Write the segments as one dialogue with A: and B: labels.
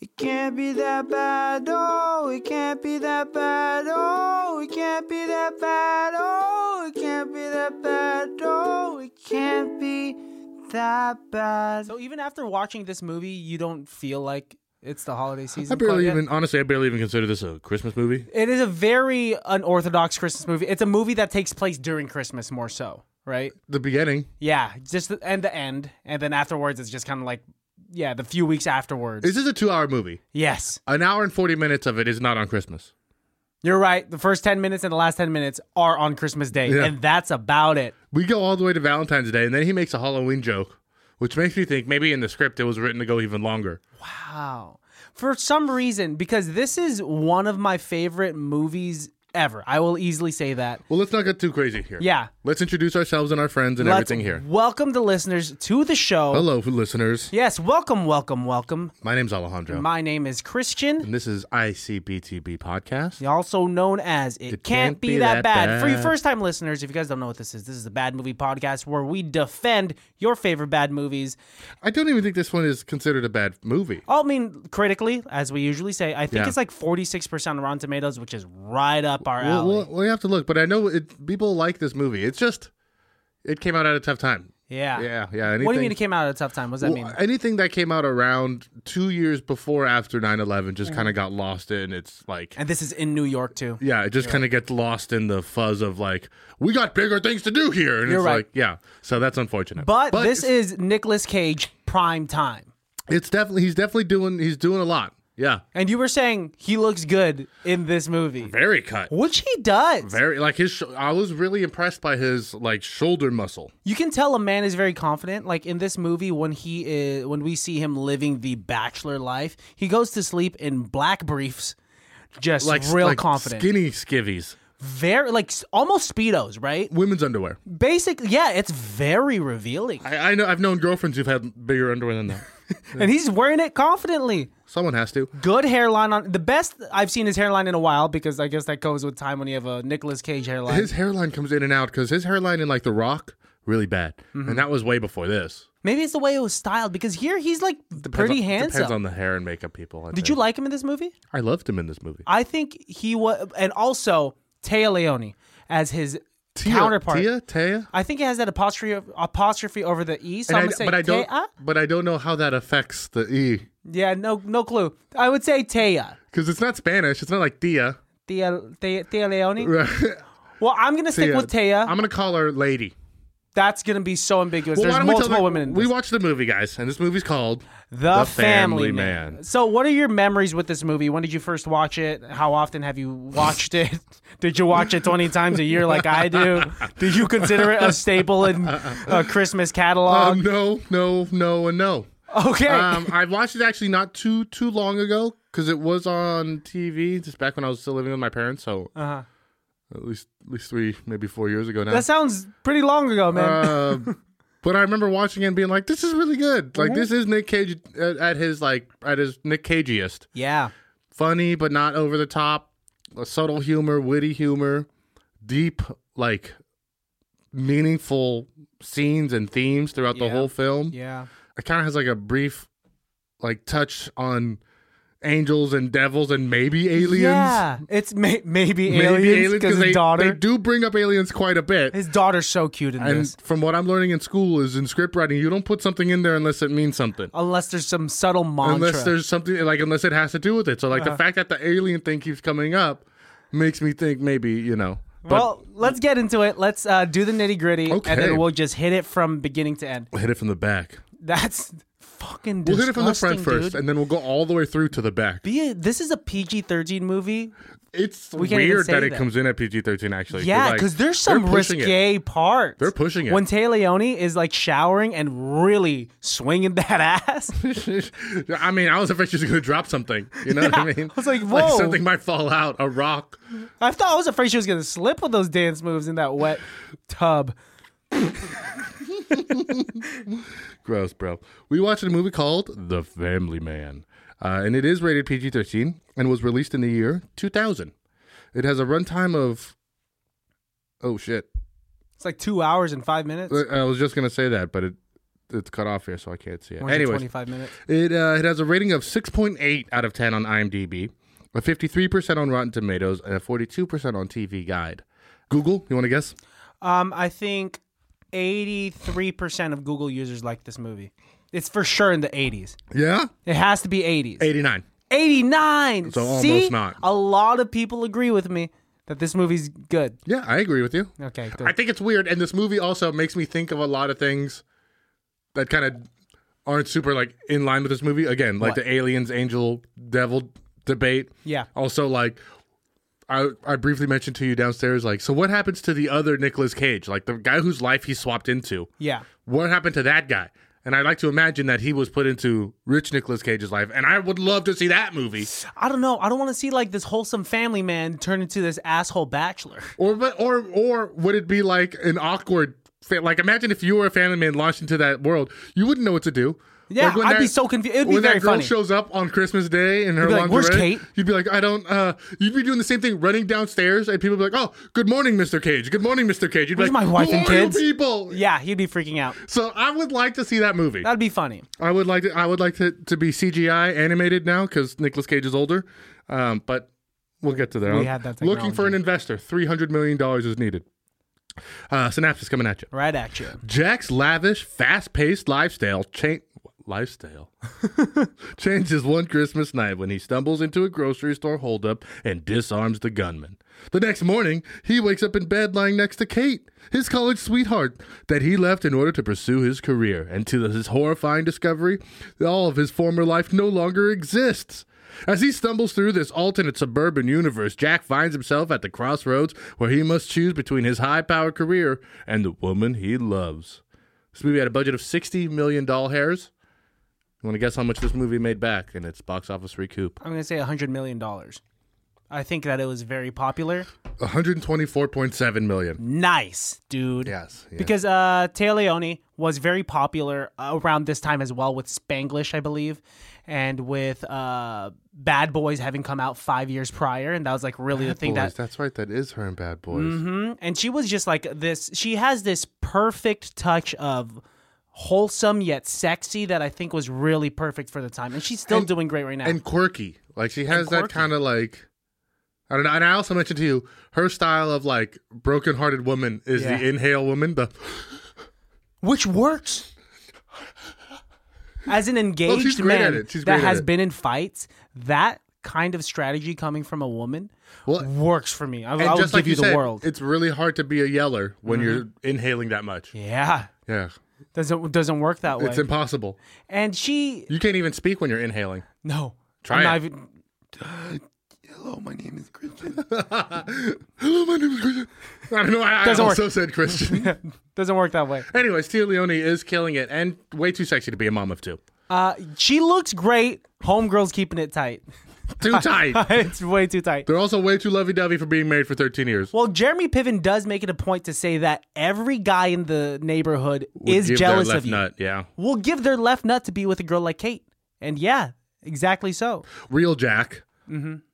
A: It can't be that bad, oh, it can't be that bad, oh, it can't be that bad, oh, it can't be that bad, oh, it can't be that bad.
B: So even after watching this movie, you don't feel like it's the holiday season.
C: I barely
B: quite yet?
C: even honestly, I barely even consider this a Christmas movie.
B: It is a very unorthodox Christmas movie. It's a movie that takes place during Christmas more so, right?
C: The beginning,
B: Yeah, just the, and the end, and then afterwards it's just kind of like, yeah, the few weeks afterwards.
C: this is a two-hour movie.
B: yes,
C: An hour and forty minutes of it is not on Christmas.
B: you're right. The first ten minutes and the last ten minutes are on Christmas Day,
C: Yeah.
B: and that's about it.
C: We go all the way to Valentine's Day, and then he makes a Halloween joke, which makes me think maybe in the script it was written to go even longer.
B: Wow. For some reason, because this is one of my favorite movies ever. I will easily say that.
C: Well, let's not get too crazy here.
B: Yeah.
C: Let's introduce ourselves and our friends and
B: Let's
C: everything here.
B: Welcome the listeners to the show.
C: Hello, listeners.
B: Yes, welcome, welcome, welcome.
C: My name's Alejandro,
B: My name is Christian.
C: and this is ICBTB Podcast.
B: also known as It, Can't, Be, That, bad. For you first time listeners, if you guys don't know what this is, this is the Bad Movie Podcast where we defend your favorite bad movies.
C: I don't even think this one is considered a bad movie.
B: I mean, critically, as we usually say, I think
C: Yeah.
B: it's like 46% on Rotten Tomatoes, which is right up our
C: We'll,
B: alley.
C: we'll, we have to look, but I know it, people like this movie. It's just, it came out at a tough time.
B: yeah.
C: Yeah, yeah. Anything,
B: What do you mean it came out at a tough time? What does that
C: well,
B: mean?
C: anything that came out around two years before after 9 11 just kind of got lost in. It's like,
B: And this is in New York, too.
C: yeah, it just kind of gets lost in the fuzz of like, we got bigger things to do here. And
B: You're
C: it's
B: right.
C: like, yeah. So that's unfortunate.
B: But, this is Nicolas Cage prime time.
C: it's definitely, he's definitely doing, he's doing a lot. Yeah.
B: And you were saying he looks good in this movie,
C: Very cut.
B: which he does.
C: Very, like his, sh- I was really impressed by his like shoulder muscle.
B: You can tell a man is very confident. Like in this movie, when he is, when we see him living the bachelor life, he goes to sleep in black briefs, just
C: Like,
B: real
C: like
B: confident,
C: Skinny skivvies.
B: very like s- almost speedos, right?
C: Women's underwear.
B: Basically, yeah, it's very revealing,
C: I, I know I've known girlfriends who've had bigger underwear than that.
B: and he's wearing it confidently.
C: Someone has to.
B: Good hairline on the best I've seen his hairline in a while because I guess that goes with time when you have a Nicolas Cage hairline.
C: His hairline comes in and out because his hairline in like The Rock really bad,
B: Mm-hmm.
C: and that was way before this.
B: Maybe it's the way it was styled because here he's like pretty
C: Depends on-
B: handsome.
C: Depends on the hair and makeup people. I
B: Did you like him in this movie?
C: I loved him in this movie.
B: I think he was, and also Taya Leone as his
C: Tia,
B: counterpart.
C: Tia, Tia.
B: I think it has that apostrophe apostrophe over the e. So
C: And
B: I'm
C: I-
B: gonna say
C: but I don't.
B: Taya.
C: But I don't know how that affects the e
B: Yeah, no, no clue. I would say Taya.
C: because it's not Spanish. It's not like Tia.
B: Tia, Tia, Tia Leone.
C: I'm
B: Well, I'm gonna stick with Taya.
C: gonna call her Lady.
B: That's gonna be so ambiguous.
C: Well, why
B: There's
C: don't we tell
B: multiple
C: the-
B: women in
C: We
B: this.
C: watched the movie, guys, and this movie's called.
B: the,
C: The
B: Family,
C: Family
B: man.
C: Man.
B: So, what are your memories with this movie? When did you first watch it? How often have you watched it? did you watch it 20 times a year like I do? Do you consider it a staple in a Christmas catalog?
C: Um, no, no, no, and no.
B: Okay.
C: um, I watched it actually not too too long ago because it was on TV just back when I was still living with my parents. So
B: Uh-huh.
C: at least at least three, maybe four years ago now.
B: that sounds pretty long ago, man.
C: uh, but I remember watching it and being like, "This is really good. Like this is Nick Cage at, at his like at his Nick Cageiest.
B: yeah.
C: Funny but not over the top. A subtle humor, witty humor, deep like." meaningful scenes and themes throughout the
B: Yeah.
C: whole film
B: Yeah.
C: it kind of has like a brief like touch on angels and devils and maybe aliens
B: Yeah. It's may- maybe aliens because his
C: they,
B: daughter.
C: they do bring up aliens quite a bit
B: his daughter's so cute in
C: and
B: this.
C: from what i'm learning in school is in script writing you don't put something in there unless it means something
B: Unless there's some subtle mantra.
C: unless there's something like unless it has to do with it so like
B: Uh-huh.
C: the fact that the alien thing keeps coming up makes me think maybe you know but
B: well, let's get into it. Let's uh, do the nitty gritty,
C: Okay.
B: and then we'll just hit it from beginning to end.
C: hit it from the back
B: That's fucking
C: we'll
B: disgusting,
C: hit it from the front first
B: dude.
C: and then we'll go all the way through to the back
B: Be a- this is a PG-13 movie.
C: it's
B: can't even
C: weird
B: say
C: that it
B: that.
C: comes in at PG-13 actually.
B: Yeah,
C: like,
B: because
C: they're
B: there's some
C: pushing it.
B: risque parts.
C: They're pushing it.
B: When Taleone is like showering and really swinging that ass.
C: I mean, I was afraid she was going to drop something. You know what I
B: Yeah,
C: mean?
B: I was like, whoa.
C: something might fall out, a rock.
B: I thought I was afraid she was gonna slip with those dance moves in that wet tub.
C: Gross, bro. We watched a movie called The Family Man, uh, and it is rated PG 13 and was released in the year 2000. It has a runtime of. Oh, shit.
B: It's like two hours and five minutes.
C: I I was just going to say that, but it it's cut off here, so I can't see it.
B: We're at
C: Anyways,
B: 25 minutes.
C: it uh, it has a rating of 6.8 out of 10 on IMDb, a 53% on Rotten Tomatoes, and a 42% on TV Guide. Google, you want to guess?
B: Um, I think 83% of Google users like this movie. It's for sure in the 80s.
C: Yeah,
B: It has to be 80s.
C: 89.
B: 89.
C: So almost
B: See?
C: not.
B: A lot of people agree with me that this movie's good.
C: Yeah, I agree with you.
B: Okay, good.
C: I think it's weird, and this movie also makes me think of a lot of things that kind of aren't super like in line with this movie. Again, like
B: What?
C: the aliens, angel, devil debate.
B: yeah.
C: Also, like I I briefly mentioned to you downstairs, like so what happens to the other Nicolas Cage, like the guy whose life he swapped into?
B: Yeah.
C: What happened to that guy? And I'd like to imagine that he was put into rich Nicolas Cage's life, and I would love to see that movie.
B: I don't know. I don't want to see like this wholesome family man turn into this asshole bachelor.
C: Or but or or would it be like an awkward fa- like imagine if you were a family man launched into that world, you wouldn't know what to do.
B: Yeah,
C: Like, when
B: I'd
C: that-
B: be so confused. It would be
C: when
B: very
C: that girl
B: funny.
C: shows up on Christmas Day in her
B: be like,
C: lingerie,
B: "Where's Kate?"
C: you'd be like, I don't. uh You'd be doing the same thing, running downstairs, and people would be like, Oh, good morning, Mr. Cage. Good morning, Mr. Cage. You'd be
B: Where's
C: like,
B: my wife
C: "Who
B: and
C: are you
B: kids?"
C: people.
B: yeah, he'd be freaking out.
C: So I would like to see that movie.
B: That'd be funny.
C: I would like to. I would like to, to be CGI animated now because Nicolas Cage is older. Um, but we'll get to that.
B: We have that
C: Looking for an investor. Three hundred million dollars is needed. Uh, synapses coming at you.
B: Right at you.
C: Jack's lavish, fast-paced lifestyle cha- lifestyle changes one Christmas night when he stumbles into a grocery store holdup and disarms the gunman. The next morning, he wakes up in bed lying next to Kate, his college sweetheart that he left in order to pursue his career. And to his horrifying discovery, all of his former life no longer exists. As he stumbles through this alternate suburban universe, Jack finds himself at the crossroads where he must choose between his high powered career and the woman he loves. This movie had a budget of $60 million hairs. You want to guess how much this movie made back in its box office recoup?
B: I'm gonna say hundred million dollars. I think that it was very popular.
C: 124.7
B: Mm.
C: million.
B: Nice, dude.
C: Yes. yeah.
B: Because uh, Leone was very popular around this time as well with Spanglish, I believe, and with uh, Bad Boys having come out five years prior, and that was like really the thing
C: Boys,
B: that
C: that's right. That is her in Bad Boys.
B: Mhm. And she was just like this. She has this perfect touch of wholesome yet sexy that I think was really perfect for the time. And she's still
C: And-
B: doing great right now.
C: And quirky. Like she has that
B: quirky.
C: kind of like. I don't know. And I also mentioned to you her style of like broken-hearted woman is
B: Yeah.
C: the inhale woman. The
B: which works. As an engaged
C: great at
B: man
C: it. She's
B: that
C: great at
B: has
C: it.
B: been in fights, that kind of strategy coming from a woman
C: Well,
B: works for me. I,
C: And
B: I would
C: just
B: give
C: like
B: you the
C: said,
B: world. Mm-hmm.
C: It's really hard to be a yeller when you're inhaling that much. Yeah,
B: yeah, doesn't doesn't work that way.
C: it's impossible.
B: and she
C: You can't even speak when you're inhaling.
B: no,
C: Try
B: I'm not
C: it.
B: even-
A: Hello, my name is Christian.
C: Hello, my name is Christian. I don't know. I, I
B: Doesn't work.
C: also said Christian.
B: doesn't work that way.
C: Anyways, Tia Leone is killing it and way too sexy to be a mom of two.
B: Uh, she looks great. Homegirl's keeping it tight.
C: Too tight.
B: it's way too tight.
C: They're also way too lovey-dovey for being married for 13 years.
B: Well, Jeremy Piven does make it a point to say that every guy in the neighborhood is
C: Give their
B: jealous
C: left
B: of you.
C: Nut. Yeah.
B: Will give their left nut to be with a girl like Kate. And yeah, exactly so.
C: real Jack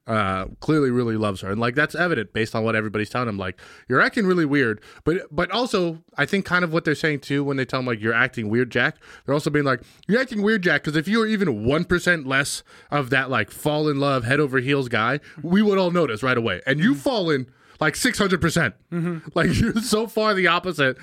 C: uh, clearly really loves her, and like that's evident based on what everybody's telling him. Like you're acting really weird, but but also I think kind of what they're saying too when they tell him like you're acting weird, Jack. They're also being like you're acting weird, Jack, because if you were even one percent less of that like fall in love head over heels guy, we would all notice right away. And you've fallen like six hundred percent, like you're so far the opposite.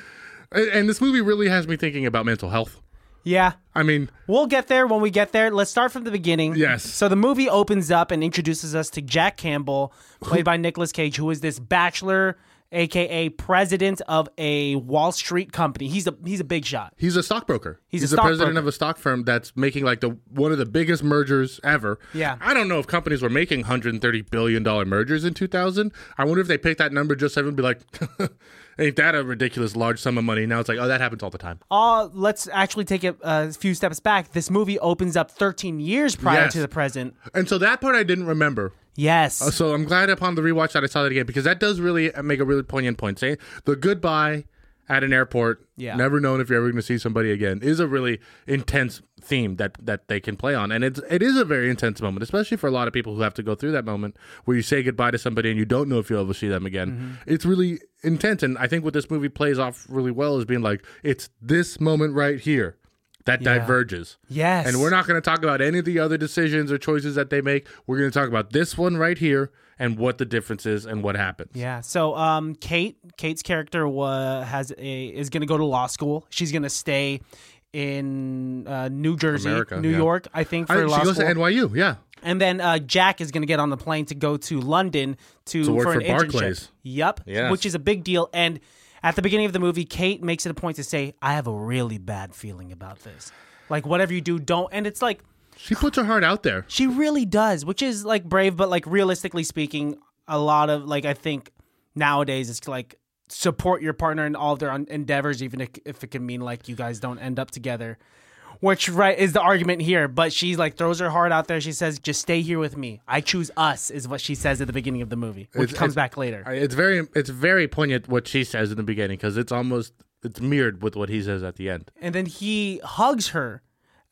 C: And- And this movie really has me thinking about mental health.
B: Yeah.
C: I mean,
B: We'll get there when we get there. Let's start from the beginning.
C: Yes.
B: So the movie opens up and introduces us to Jack Campbell, played by Nicolas Cage, who is this bachelor, aka president of a Wall Street company. He's a he's a big shot.
C: He's a stockbroker.
B: He's a
C: the president
B: stockbroker.
C: of a stock firm that's making like the one of the biggest mergers ever.
B: Yeah.
C: I don't know if companies were making 130 billion dollar mergers in 2000. I wonder if they picked that number just so everyone would be like, "Ain't that a ridiculous large sum of money?" Now it's like, "Oh, that happens all the time."
B: Uh, let's actually take a, a few steps back. This movie opens up 13 years prior
C: Yes.
B: to the present.
C: And so that part I didn't remember.
B: Yes.
C: Uh, So I'm glad upon the rewatch that I saw that again because that does really uh, make a really poignant point. Saying the goodbye at an airport,
B: Yeah.
C: never known if you're ever going to see somebody again, is a really intense theme that that they can play on, and it's it is a very intense moment, especially for a lot of people who have to go through that moment where you say goodbye to somebody and you don't know if you'll ever see them again.
B: Mm-hmm.
C: It's really intense, and I think what this movie plays off really well is being like it's this moment right here. that
B: Yeah.
C: diverges.
B: Yes.
C: And we're not going to talk about any of the other decisions or choices that they make. We're going to talk about this one right here and what the difference is and what happens.
B: Yeah. So, um, Kate, Kate's character wa- has a is going to go to law school. She's going to stay in uh, New Jersey,
C: America,
B: New
C: yeah.
B: York, I think, for
C: I think
B: law
C: she goes
B: school.
C: to NYU. Yeah.
B: and then uh, Jack is going to get on the plane to go to London to,
C: work
B: for an
C: for
B: internship.
C: Barclays.
B: Yep.
C: Yes.
B: Which is a big deal. And at the beginning of the movie, Kate makes it a point to say, "I have a really bad feeling about this. Like, whatever you do, don't." And it's like
C: She puts her heart out there.
B: she really does, which is like brave, but like realistically speaking, a lot of like I think nowadays it's like support your partner in all of their un- endeavors, even if, if it can mean like you guys don't end up together. Which right is the argument here, but she like throws her heart out there. She says, "Just stay here with me. I choose us," is what she says at the beginning of the movie, which
C: It's-
B: comes
C: it's-
B: back later.
C: I- It's very it's very poignant what she says in the beginning because it's almost it's mirrored with what he says at the end.
B: and then he hugs her,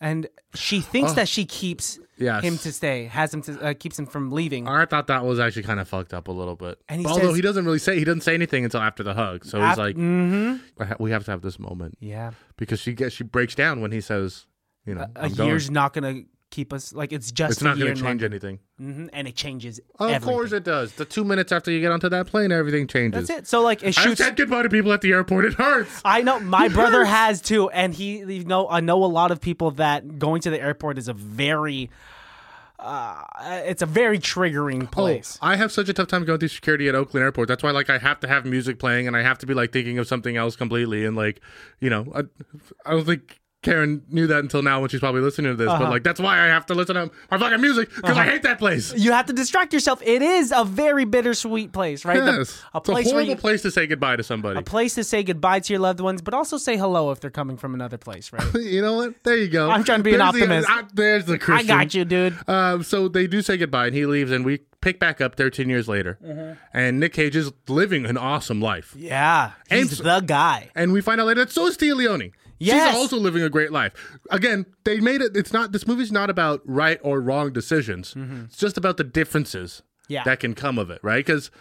B: and she thinks that she keeps
C: Yes.
B: him to stay, has him to uh, keeps him from leaving.
C: I thought that was actually kind of fucked up a little bit.
B: And he
C: Although
B: says-
C: he doesn't really say he doesn't say anything until after the hug, so he's
B: Af- mm-hmm.
C: like, "I ha- "We have to have this moment."
B: yeah.
C: because she gets she breaks down when he says, "You know,
B: a
C: I'm going.
B: year's not gonna keep us like it's just
C: It's not
B: a year
C: going to
B: in
C: change
B: London.
C: anything."
B: Mhm, and it changes
C: Of
B: everything.
C: course it does. The two minutes after you get onto that plane, everything changes.
B: that's it so like it
C: I've
B: shoots
C: said goodbye to people at the airport. It hurts.
B: I know my brother has too, and he you know I know a lot of people that going to the airport is a very, uh, it's a very
C: Oh.
B: triggering place.
C: I have such a tough time going through security at Oakland Airport. That's why, like, I have to have music playing and I have to be like thinking of something else completely. And like, you know, I, I don't think Karen knew that until now when she's probably listening to this. But like, that's why I have to listen to my fucking music because I hate that place.
B: You have to distract yourself. It is a very bittersweet place, right? The-
C: Yes,
B: a
C: it's a
B: place where
C: horrible
B: you,
C: place to say goodbye to somebody.
B: a place to say goodbye to your loved ones, but also say hello if they're coming from another place, right?
C: you know what? There you go.
B: I'm trying to be an
C: There's the-
B: optimist.
C: I- there's the
B: I
C: Christian.
B: got you, dude.
C: Um, so they do say goodbye, and he leaves, and we pick back up 13 years later. And Nick Cage is living an awesome life.
B: Mm-hmm. Yeah, he's
C: And-
B: the guy.
C: And we find out later that so is Tia Leone.
B: Yes.
C: She's also living a great life. Again, they made it. It's not. This movie's not about right or wrong decisions. It's just about the differences
B: Mm-hmm. Yeah.
C: that can come of it, right? Because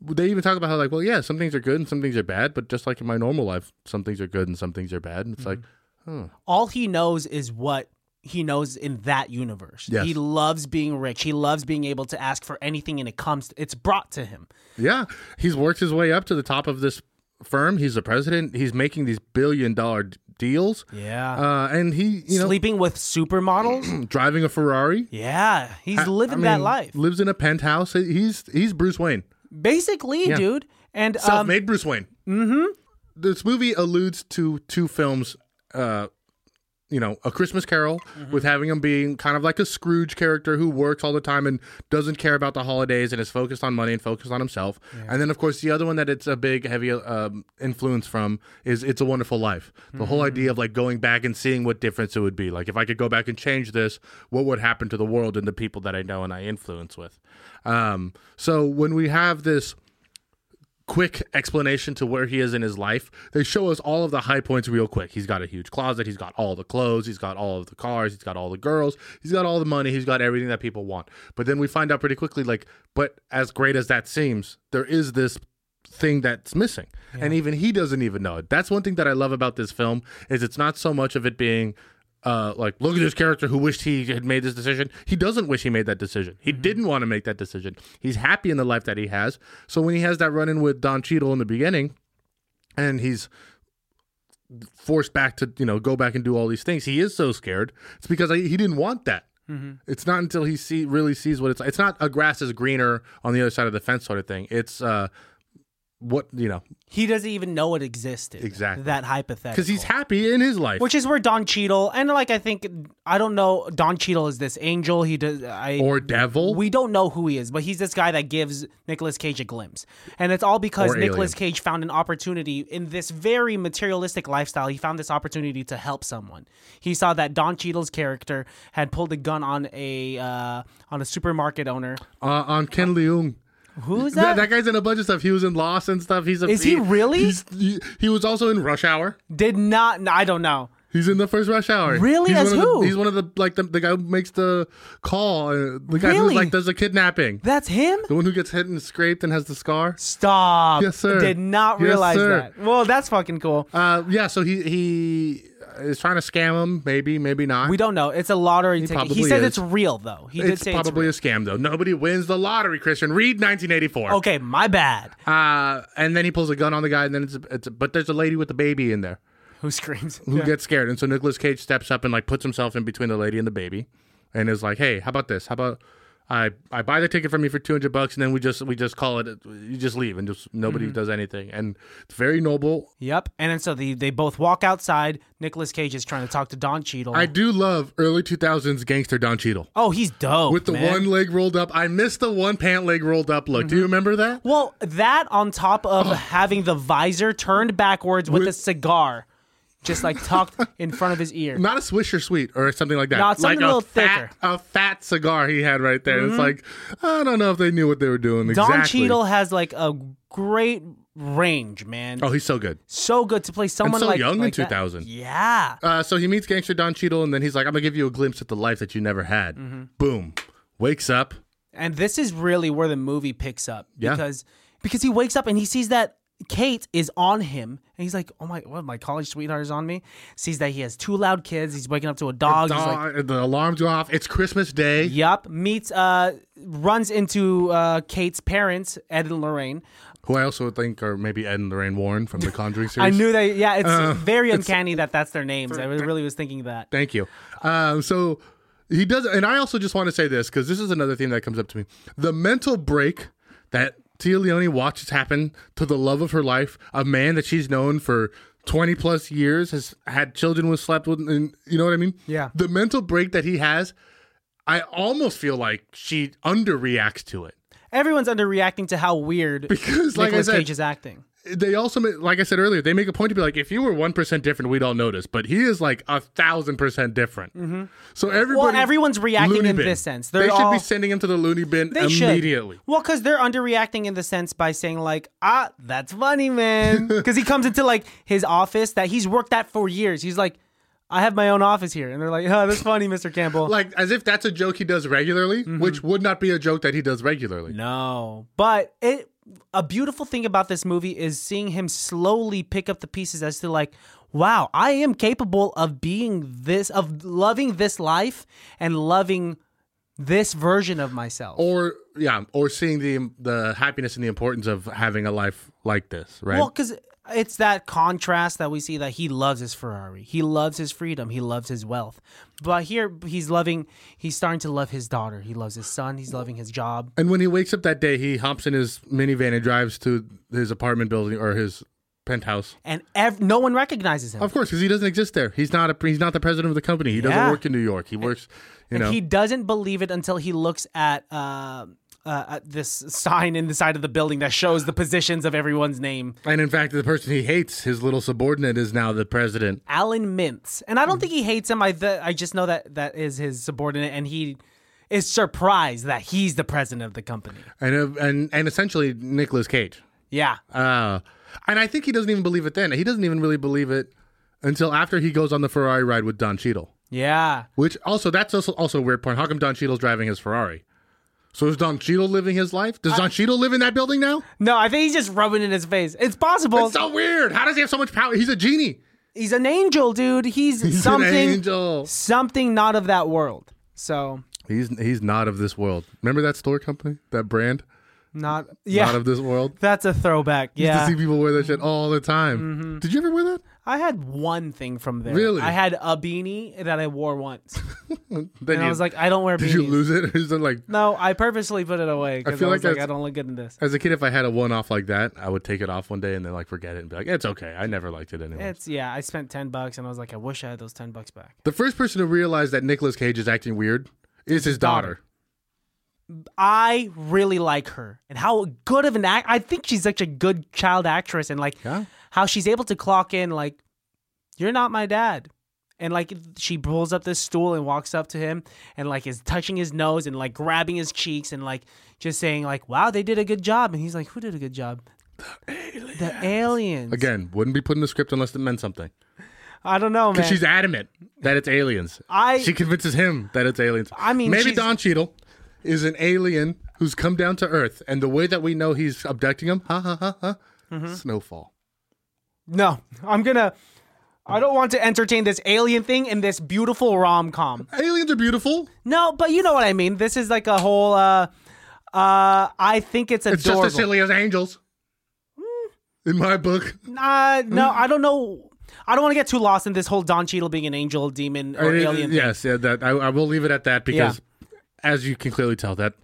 C: they even talk about how, like, well, yeah, some things are good and some things are bad. But just like in my normal life, some things are good and some things are bad. And
B: Mm-hmm.
C: it's like,
B: all he knows is what he knows in that universe.
C: Yes.
B: He loves being rich. He loves being able to ask for anything and it comes it's brought to him.
C: Yeah, he's worked his way up to the top of this firm. He's the president. He's making these billion dollar d- deals.
B: Yeah.
C: Uh, and he, you know,
B: Sleeping with supermodels?
C: driving a Ferrari,
B: yeah. He's
C: I-
B: living
C: I
B: that
C: mean,
B: life.
C: Lives in a penthouse. He's he's Bruce Wayne,
B: Basically, dude. And um,
C: self-made Bruce Wayne. Mm-hmm. This movie alludes to two films. Uh, you know, A Christmas Carol, with having him being kind of like a Scrooge character who works all the time and doesn't care about the holidays and is focused on money and focused on himself. And then, of course, the other one that it's a big, heavy um, influence from is It's a Wonderful Life. The whole idea of like going back and seeing what difference it would be. Like, if I could go back and change this, what would happen to the world and the people that I know and I influence with? Um, so when we have this quick explanation to where he is in his life. They show us all of the high points real quick. He's got a huge closet. He's got all the clothes. He's got all of the cars. He's got all the girls. He's got all the money. He's got everything that people want. But then we find out pretty quickly, like, but as great as that seems, there is this thing that's missing and even he doesn't even know it that's one thing that i love about this film is it's not so much of it being uh like look at this character who wished he had made this decision he doesn't wish he made that decision he didn't want to make that decision he's happy in the life that he has so when he has that run in with don Cheadle in the beginning and he's forced back to you know go back and do all these things he is so scared it's because I, he didn't want that it's not until he see really sees what it's it's not a grass is greener on the other side of the fence sort of thing it's uh what you know
B: he doesn't even know it existed.
C: Exactly.
B: That hypothetical.
C: because he's happy in his life
B: which is where Don Cheadle and like I think I don't know Don Cheadle is this angel. He does I
C: or devil
B: We don't know who he is, but he's this guy that gives Nicolas Cage a glimpse. And it's all because
C: Or alien.
B: Nicolas Cage found an opportunity in this very materialistic lifestyle. He found this opportunity to help someone. He saw that Don Cheadle's character had pulled a gun on a uh, on a supermarket owner.
C: uh, on ken leung
B: Who is
C: that,
B: that?
C: that guy's in a bunch of stuff he was in lost and stuff he's a
B: Is he really?
C: he's- he, he was also in rush hour
B: Did not I don't know.
C: He's in the first rush hour.
B: Really?
C: He's
B: As
C: one of the-
B: who?
C: he's one of the like the, the guy who makes the call. uh, The guy
B: Really?
C: who like does the kidnapping.
B: That's him?
C: The one who gets hit and scraped and has the scar.
B: Stop.
C: Yes, sir.
B: Did not
C: Yes,
B: realize
C: sir.
B: that. Well, that's fucking cool.
C: Uh, yeah. So he he is trying to scam him. Maybe, maybe not.
B: We don't know. It's a lottery ticket. He
C: probably
B: said
C: is.
B: it's real though. He did
C: it's
B: say
C: probably
B: it's
C: a scam though. Nobody wins the lottery. Christian Reed, 1984.
B: real. okay. My bad.
C: Uh, and then he pulls a gun on the guy, and then it's, it's but there's a lady with a baby in there
B: Who screams?
C: who gets scared, and so Nicolas Cage steps up and like puts himself in between the lady and the baby, and is like, "Hey, how about this? How about I I buy the ticket from you for two hundred bucks, and then we just we just call it you just leave, and just nobody does anything." And it's very noble.
B: Yep. And then so the, they both walk outside. Nicolas Cage is trying to talk to Don Cheadle.
C: I do love early two thousands gangster Don Cheadle
B: oh, he's dope.
C: with the
B: man.
C: one leg rolled up. I missed the one pant leg rolled up look. Do you remember that?
B: Well, that on top of having the visor turned backwards with, a cigar, just like tucked in front of his ear.
C: not a Swisher Sweet or something like that.
B: No, it's
C: like
B: something a little
C: fat,
B: thicker. Mm-hmm.
C: A fat cigar he had right there. It's like I don't know if they knew what they were doing.
B: Don
C: exactly.
B: Cheadle has like a great range, man.
C: Oh, he's so good.
B: So good to play someone
C: so
B: like
C: young in
B: like that.
C: 2000.
B: Yeah.
C: Uh, so he meets gangster Don Cheadle, and then he's like, "I'm gonna give you a glimpse at the life that you never had."
B: Mm-hmm.
C: Boom, wakes up.
B: And this is really where the movie picks up
C: Yeah.
B: because because he wakes up and he sees that Kate is on him and he's like, "Oh my, what? My college sweetheart is on me." Sees that he has two loud kids. He's waking up to a dog. He's like,
C: Dog- the alarms go off. It's Christmas Day.
B: "Yup." Meets uh runs into uh Kate's parents, Ed and Lorraine.
C: Who I also think are maybe Ed and Lorraine Warren from the Conjuring series.
B: I knew that. Yeah, it's
C: Uh,
B: very uncanny that that's their names. I really was thinking that.
C: Thank you. Um, so he does, and I also just want to say this because this is another thing that comes up to me: the mental break that Tia Leone watches happen to the love of her life, a man that she's known for twenty plus years, has had children with, slept with, and you know what I mean?
B: Yeah.
C: The mental break that he has, I almost feel like she underreacts to it.
B: Everyone's underreacting to how weird
C: Because, like I
B: Nicolas
C: said-
B: Cage is acting.
C: They also, ma- like I said earlier, they make a point to be like, if you were one percent different, we'd all notice. But he is like a thousand percent different. So
B: Mm-hmm.
C: everybody,
B: Well, everyone's reacting
C: loony
B: in
C: bin.
B: this sense. They're
C: They should
B: all,
C: be sending him to the loony bin
B: They should.
C: immediately.
B: Well, because they're underreacting in the sense by saying like, "Ah, that's funny, man." Because he comes into like his office that he's worked at for years. He's like, "I have my own office here," and they're like, "Oh, that's funny, Mister Campbell."
C: Like as if that's a joke he does regularly,
B: Mm-hmm.
C: which would not be a joke that he does regularly.
B: no, but it. A beautiful thing about this movie is seeing him slowly pick up the pieces as to like, "Wow, I am capable of being this, of loving this life, and loving." This version of myself.
C: Or yeah, or seeing the the happiness and the importance of having a life like this, right?
B: Well, because it's that contrast that we see that he loves his Ferrari, he loves his freedom, he loves his wealth. But here he's loving, he's starting to love his daughter, he loves his son, he's loving his job.
C: and when he wakes up that day, he hops in his minivan and drives to his apartment building or his penthouse.
B: And ev- no one recognizes him.
C: Of course, because he doesn't exist there. He's not a he's not the president of the company. He
B: Yeah.
C: doesn't work in New York. He works, you know.
B: He doesn't believe it until he looks at. Uh, uh, at this sign in the side of the building that shows the positions of everyone's name,
C: and in fact, the person he hates, his little subordinate, is now the president.
B: Alan Mintz, and I don't think he hates him. I th- I just know that that is his subordinate, and he is surprised that he's the president of the company.
C: And and and essentially, Nicolas Cage.
B: Yeah,
C: Uh, and I think he doesn't even believe it then. He doesn't even really believe it until after he goes on the Ferrari ride with Don Cheadle.
B: yeah.
C: Which also that's also, also a weird point. How come Don Cheadle's driving his Ferrari? So is Don Cheadle living his life? Does Don Cheadle live in that building now?
B: No, I think he's just rubbing it in his face. It's possible.
C: It's so weird. How does he have so much power? He's a genie.
B: he's an angel, dude. He's,
C: He's
B: something
C: an angel.
B: something not of that world. So
C: He's he's not of this world. Remember that store company, that brand,
B: not yeah.
C: not of this world.
B: that's a throwback. Yeah. Mm-hmm.
C: To see people wear that shit all the time. Did you ever wear that?
B: I had one thing from there.
C: Really?
B: I had a beanie that I wore once. And
C: Then you-
B: I was like, I don't wear beanies.
C: did you lose it? Is it like
B: No, I purposely put it away because I,
C: feel
B: was
C: like
B: like, I
C: that's-
B: don't look good in this.
C: As a kid, if I had a one off like that, I would take it off one day and then like forget it and be like, it's okay. I never liked it anyway.
B: It's yeah, I spent ten bucks and I was like, I wish I had those ten bucks back.
C: the first person to realize that Nicolas Cage is acting weird is his daughter.
B: I really like her and how good of an act. I think she's such a good child actress and like
C: Yeah.
B: how she's able to clock in like, you're not my dad. And like she pulls up this stool and walks up to him and like is touching his nose and like grabbing his cheeks and like just saying like, wow, they did a good job. And he's like, who did a good job? The aliens. The aliens.
C: Again, wouldn't be put in the script unless it meant something.
B: I don't know, man.
C: She's adamant that it's aliens.
B: I-
C: she convinces him that it's aliens.
B: I mean,
C: maybe
B: she's-
C: Don Cheadle is an alien who's come down to Earth, and the way that we know he's
B: Mm-hmm.
C: abducting him, ha ha ha ha, snowfall.
B: no, I'm gonna. I don't want to entertain this alien thing in this beautiful rom com.
C: Aliens are beautiful.
B: No, but you know what I mean. This is like a whole. uh uh, I think it's
C: It's
B: adorable. Mm.
C: just as silly as angels. In my book,
B: Uh, no,
C: Hmm?
B: I don't know. I don't want to get too lost in this whole Don Cheadle being an angel, demon, or
C: I-
B: alien. thing.
C: yes, Uh, yeah, that I, I will leave it at that because, as you can clearly tell, that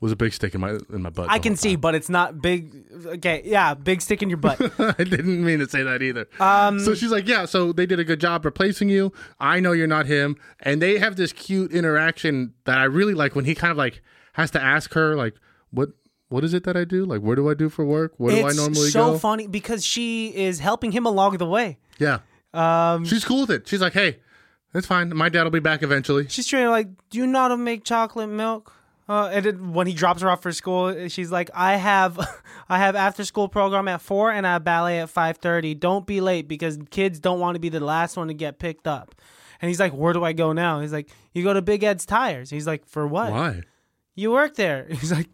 C: was a big stick in my in my butt.
B: I
C: the
B: can
C: whole
B: see, but it's not big. Okay, yeah, big stick in your butt.
C: I didn't mean to say that either. Um, so she's like, yeah, so they did a good job replacing you. I know you're not him. And they have this cute interaction that I really like when he kind of like has to ask her like, what what is it that I do? Like, where do I do for work? Where do I
B: it's
C: normally
B: so
C: go?
B: funny because she is helping him along the way.
C: yeah.
B: Um,
C: she's cool with it. She's like, hey, it's fine. My dad will be back eventually.
B: She's trying to like, do you know how to make chocolate milk? Uh, and then when he drops her off for school, she's like, "I have, I have after school program at four and I have ballet at five thirty. Don't be late because kids don't want to be the last one to get picked up." And he's like, "Where do I go now?" He's like, "You go to Big Ed's Tires." He's like, "For what?
C: Why?
B: You work there?" He's like,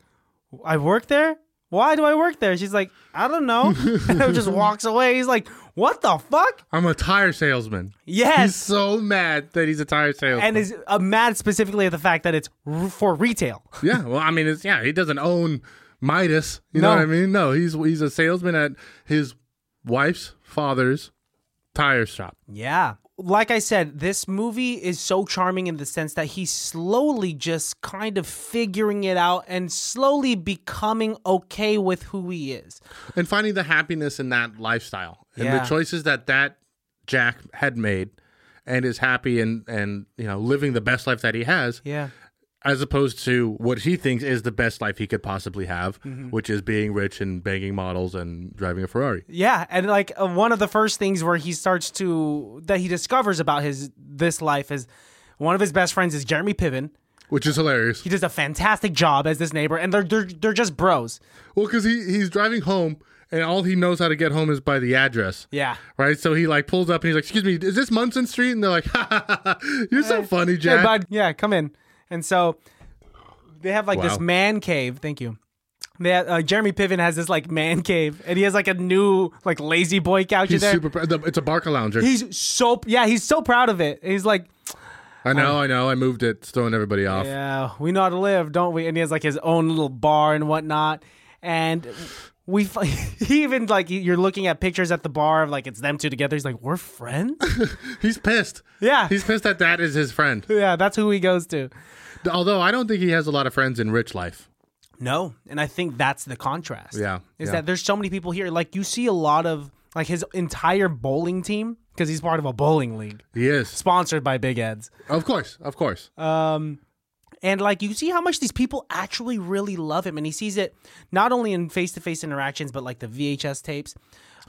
B: "I work there. Why do I work there?" She's like, "I don't know." and just walks away. He's like, "What the fuck?"
C: I'm a tire salesman. He's
B: Yes.
C: so mad that he's a tire salesman.
B: and is uh, mad specifically at the fact that it's r- for retail.
C: Yeah, well, I mean, it's yeah, he doesn't own Midas. You know
B: No.
C: what I mean? No, he's he's a salesman at his wife's father's tire shop.
B: Yeah. Like I said, this movie is so charming in the sense that he's slowly just kind of figuring it out and slowly becoming okay with who he is.
C: and finding the happiness in that lifestyle and
B: Yeah.
C: the choices that that Jack had made and is happy and and you know living the best life that he has
B: Yeah.
C: as opposed to what he thinks is the best life he could possibly have
B: Mm-hmm.
C: which is being rich and banging models and driving a Ferrari.
B: Yeah, and like uh, one of the first things where he starts to that he discovers about his this life is one of his best friends is Jeremy Piven.
C: Which is hilarious.
B: He does a fantastic job as this neighbor and they're they're, they're just bros.
C: Well, cuz he he's driving home and all he knows how to get home is by the address.
B: Yeah.
C: Right? So he like pulls up and he's like, "Excuse me, is this Munson Street?" And they're like, ha, ha, ha, ha. "You're so funny, Jack."
B: Hey, bud. Yeah, come in. And so they have like
C: Wow.
B: this man cave. Thank you. They have, uh, Jeremy Piven has this like man cave, and he has like a new like lazy boy couch
C: He's
B: in there.
C: super. pr- the- It's a Barca lounger.
B: he's so yeah, he's so proud of it. And he's like,
C: I know, I know. I moved it, it's throwing everybody off.
B: yeah, we know how to live, don't we? And he has like his own little bar and whatnot. And we fi- he even like you're looking at pictures at the bar of like it's them two together. He's like, we're friends.
C: He's pissed.
B: Yeah.
C: He's pissed that that is his friend.
B: yeah, that's who he goes to.
C: Although I don't think he has a lot of friends in rich life.
B: No, and I think that's the contrast.
C: Yeah,
B: is
C: yeah.
B: that there's so many people here. Like you see a lot of like his entire bowling team because he's part of a bowling league
C: He is.
B: sponsored by Big Ed's,
C: Of course, of course.
B: Um, and like you see how much these people actually really love him, and he sees it not only in face to face interactions but like the VHS tapes.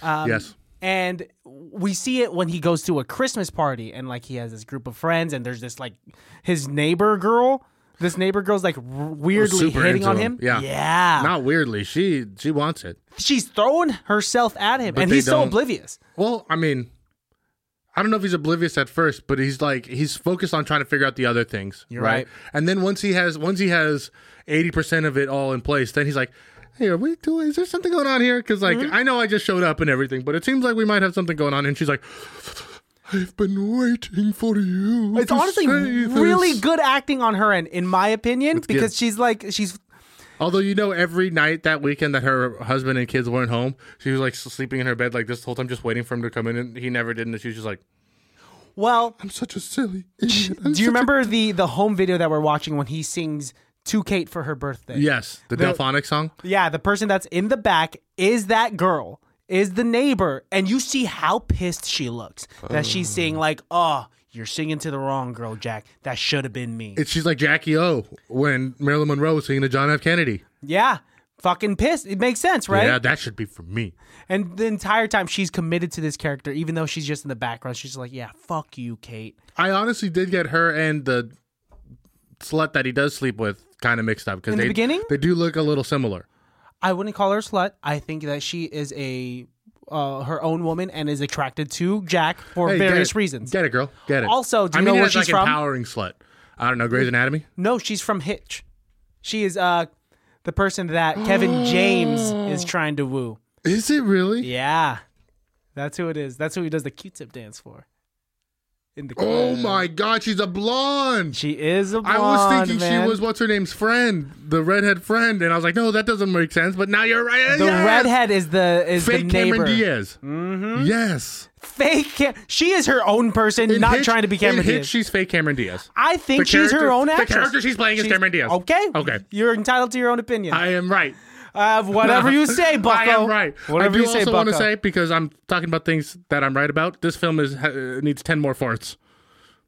C: yes.
B: And we see it when he goes to a Christmas party and like he has this group of friends and there's this like his neighbor girl. This neighbor girl's like r- weirdly
C: super
B: hitting
C: into
B: on
C: him.
B: him.
C: Yeah.
B: Yeah.
C: Not weirdly. She she wants it.
B: she's throwing herself at him and
C: they
B: he's so
C: don't-
B: oblivious.
C: Well, I mean, I don't know if he's oblivious at first, but he's like he's focused on trying to figure out the other things. You're
B: right.
C: And then once he has once he has eighty percent of it all in place, then he's like, "Hey, are we doing? Is there something going on here? Because like
B: Mm-hmm.
C: I know I just showed up and everything, but it seems like we might have something going on." And she's like. I've been waiting for you.
B: It's
C: to
B: honestly
C: say this."
B: really good acting on her end, in my opinion, because
C: good.
B: she's like she's
C: Although you know, every night that weekend that her husband and kids weren't home, she was like sleeping in her bed like this the whole time, just waiting for him to come in, and he never did. And she was just like,
B: well.
C: "I'm such a silly." Idiot. I'm
B: Do you
C: such a
B: remember the the home video that we're watching when he sings to Kate for her birthday?
C: Yes, the, Delphonic song.
B: yeah. The person that's in the back is that girl, is the neighbor, and you see how pissed she looks that she's saying like, "Oh, you're singing to the wrong girl, Jack. That should have been me."
C: It's she's like Jackie O when Marilyn Monroe was singing to John F. Kennedy.
B: yeah. Fucking pissed. It makes sense, right?
C: Yeah, that should be for me.
B: And the entire time she's committed to this character, even though she's just in the background. She's like, yeah, fuck you, Kate.
C: I honestly did get her and the slut that he does sleep with kind of mixed up because
B: In the
C: they
B: beginning?
C: they do look a little similar.
B: I wouldn't call her a slut. I think that she is a uh, her own woman and is attracted to Jack for
C: Hey, get
B: various
C: it.
B: reasons.
C: Get it, girl. Get it.
B: Also, do you
C: I
B: know
C: mean,
B: where
C: it's
B: she's
C: like
B: from?
C: Empowering slut. I don't know. Grey's Anatomy.
B: No, she's from Hitch. She is uh the person that Kevin James is trying to woo.
C: Is it really?
B: Yeah. That's who it is. That's who he does the Q-tip dance for. In the
C: Oh my God, she's a blonde.
B: She is a
C: I
B: blonde.
C: was thinking
B: man.
C: she was what's her name's friend, the redhead friend, and I was like, no, that doesn't make sense. But now you're right.
B: the
C: Yes!
B: redhead is the is
C: fake
B: the neighbor.
C: Cameron Diaz. Mm-hmm. Yes,
B: Fake. Cam- she is her own person,
C: In
B: not
C: Hitch-
B: trying to be Cameron
C: in Hitch,
B: Diaz.
C: she's fake Cameron Diaz.
B: I think she's her
C: character-
B: own
C: the
B: actress.
C: character she's playing is Cameron Diaz.
B: Okay.
C: Okay.
B: You're entitled to your own opinion.
C: I am right.
B: Uh, whatever you say, Bucko.
C: I am right.
B: Whatever
C: I do
B: you say,
C: also want
B: Bucko.
C: to say because I'm talking about things that I'm right about. This film is ha- needs ten more farts.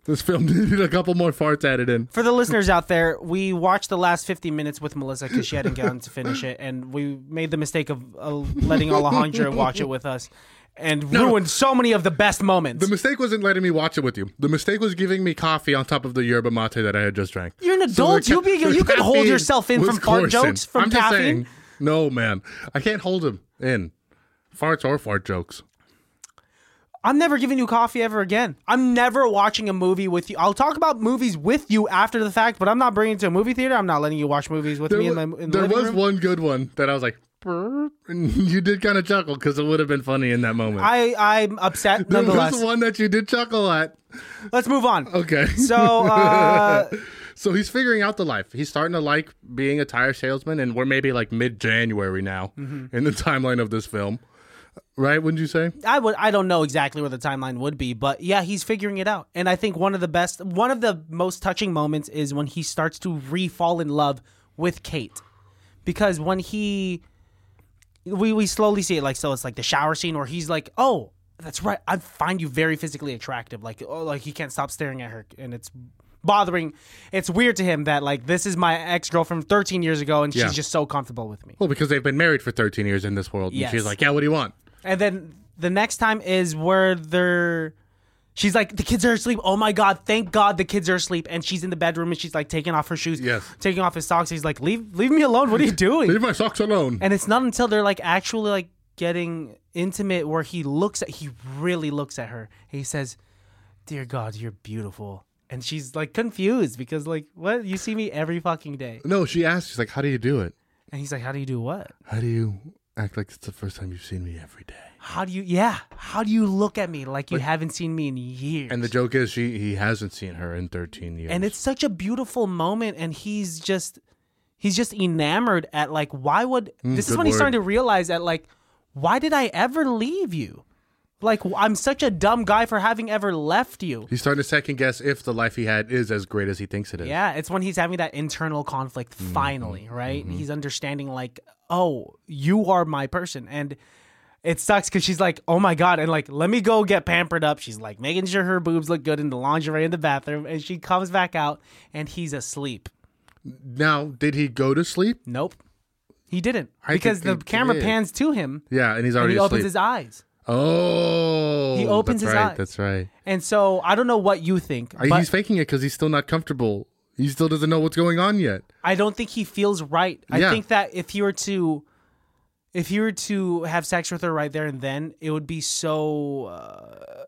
C: This film needed a couple more farts added in.
B: For the listeners out there, we watched the last 50 minutes with Melissa because she hadn't gotten to finish it, and we made the mistake of uh, letting Alejandra watch it with us and ruined so many of the best moments.
C: The mistake wasn't letting me watch it with you. The mistake was giving me coffee on top of the yerba mate that I had just drank.
B: You're an adult.
C: the ca-
B: You be-
C: the
B: you can hold
C: caffeine
B: yourself in
C: was
B: from fart
C: coursing.
B: jokes, from
C: I'm just
B: caffeine.
C: saying, no, man, I can't hold him in farts or fart jokes.
B: I'm never giving you coffee ever again. I'm never watching a movie with you. I'll talk about movies with you after the fact, but I'm not bringing it to a movie theater. I'm not letting you watch movies with me in,
C: wa-
B: my, in the
C: there
B: living
C: was
B: room.
C: one good one that I was like, "Brr," and you did kind of chuckle because it would have been funny in that moment.
B: I, I'm upset
C: there
B: nonetheless.
C: was one that you did chuckle at.
B: Let's move on.
C: Okay.
B: So, uh,
C: So he's figuring out the life. He's starting to like being a tire salesman, and we're maybe like mid January now
B: Mm-hmm.
C: in the timeline of this film. Right? Wouldn't you say?
B: I would I don't know exactly where the timeline would be, but yeah, he's figuring it out. And I think one of the best one of the most touching moments is when he starts to re-fall in love with Kate. Because when he we we slowly see it like so it's like the shower scene where he's like, "Oh, that's right. I find you very physically attractive." Like oh, like he can't stop staring at her and it's bothering it's weird to him that like this is my ex-girlfriend from 13 years ago and
C: Yeah.
B: she's just so comfortable with me.
C: Well, because they've been married for 13 years in this world.
B: Yes.
C: And she's like, yeah, what do you want?
B: And then the next time is where they're. She's like, the kids are asleep. Oh my God, thank God the kids are asleep. And she's in the bedroom and she's like taking off her shoes,
C: Yes.
B: taking off his socks. He's like, leave, leave me alone. What are you doing?
C: Leave my socks alone.
B: and it's not until they're like actually like getting intimate where he looks at, he really looks at her. He says, Dear God, you're beautiful. And she's like confused because, like, what? You see me every fucking day.
C: no, she asks, she's like, how do you do it?
B: And he's like, How do you do what?
C: How do you act like it's the first time you've seen me every day?
B: How do you, yeah, how do you look at me like you haven't seen me in years?
C: And the joke is, she he hasn't seen her in 13 years.
B: and it's such a beautiful moment and he's just he's just enamored at like why would this is
C: Mm, good
B: when he's
C: word.
B: starting to realize that like why did i ever leave you like w- i'm such a dumb guy for having ever left you
C: He's starting to second guess if the life he had is as great as he thinks it is.
B: yeah it's when he's having that internal conflict
C: Mm-hmm.
B: finally right he's understanding like oh you are my person and it sucks because she's like oh my god and like let me go get pampered up she's like making sure her boobs look good in the lingerie in the bathroom and she comes back out and he's asleep
C: Now, did he go to sleep?
B: Nope. He didn't.
C: I
B: because
C: didn't
B: the
C: think
B: camera
C: it is.
B: pans to him
C: Yeah, and he's
B: and
C: already
B: he
C: asleep.
B: opens his eyes.
C: Oh,
B: He opens
C: that's
B: his
C: right,
B: eyes.
C: That's right.
B: And so I don't know what you think,
C: I-
B: but
C: he's faking it because he's still not comfortable. He still doesn't know what's going on yet.
B: I don't think he feels right. I
C: Yeah.
B: think that if he were to if he were to have sex with her right there and then, it would be so uh,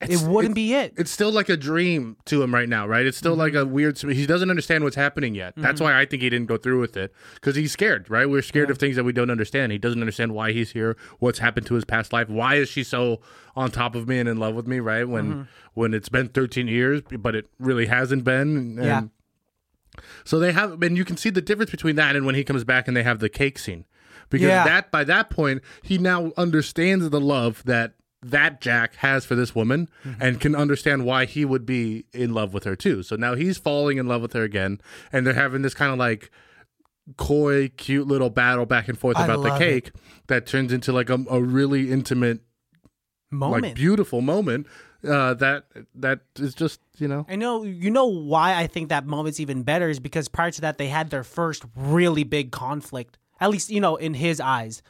B: it wouldn't be it.
C: It's still like a dream to him right now, right? It's still like a
B: Mm-hmm.
C: weird. He doesn't understand what's happening yet. That's why I think he didn't go through with it because he's scared, right? We're scared of things that we don't understand. He doesn't understand why he's here, what's happened to his past life, why is she so on top of me and in love with me, right? When
B: Mm-hmm.
C: when it's been 13 years, but it really hasn't been. And,
B: Yeah.
C: So they have, and you can see the difference between that and when he comes back and they have the cake scene, because
B: Yeah.
C: that by that point he now understands the love that that Jack has for this woman
B: Mm-hmm.
C: and can understand why he would be in love with her too. So now he's falling in love with her again, and they're having this kind of like coy, cute little battle back and forth
B: I
C: about the
B: love
C: cake that turns into like a, a really intimate,
B: Moment.
C: like beautiful moment uh, that that is just you know
B: I know you know why I think that moment's even better is because prior to that they had their first really big conflict. At least you know in his eyes.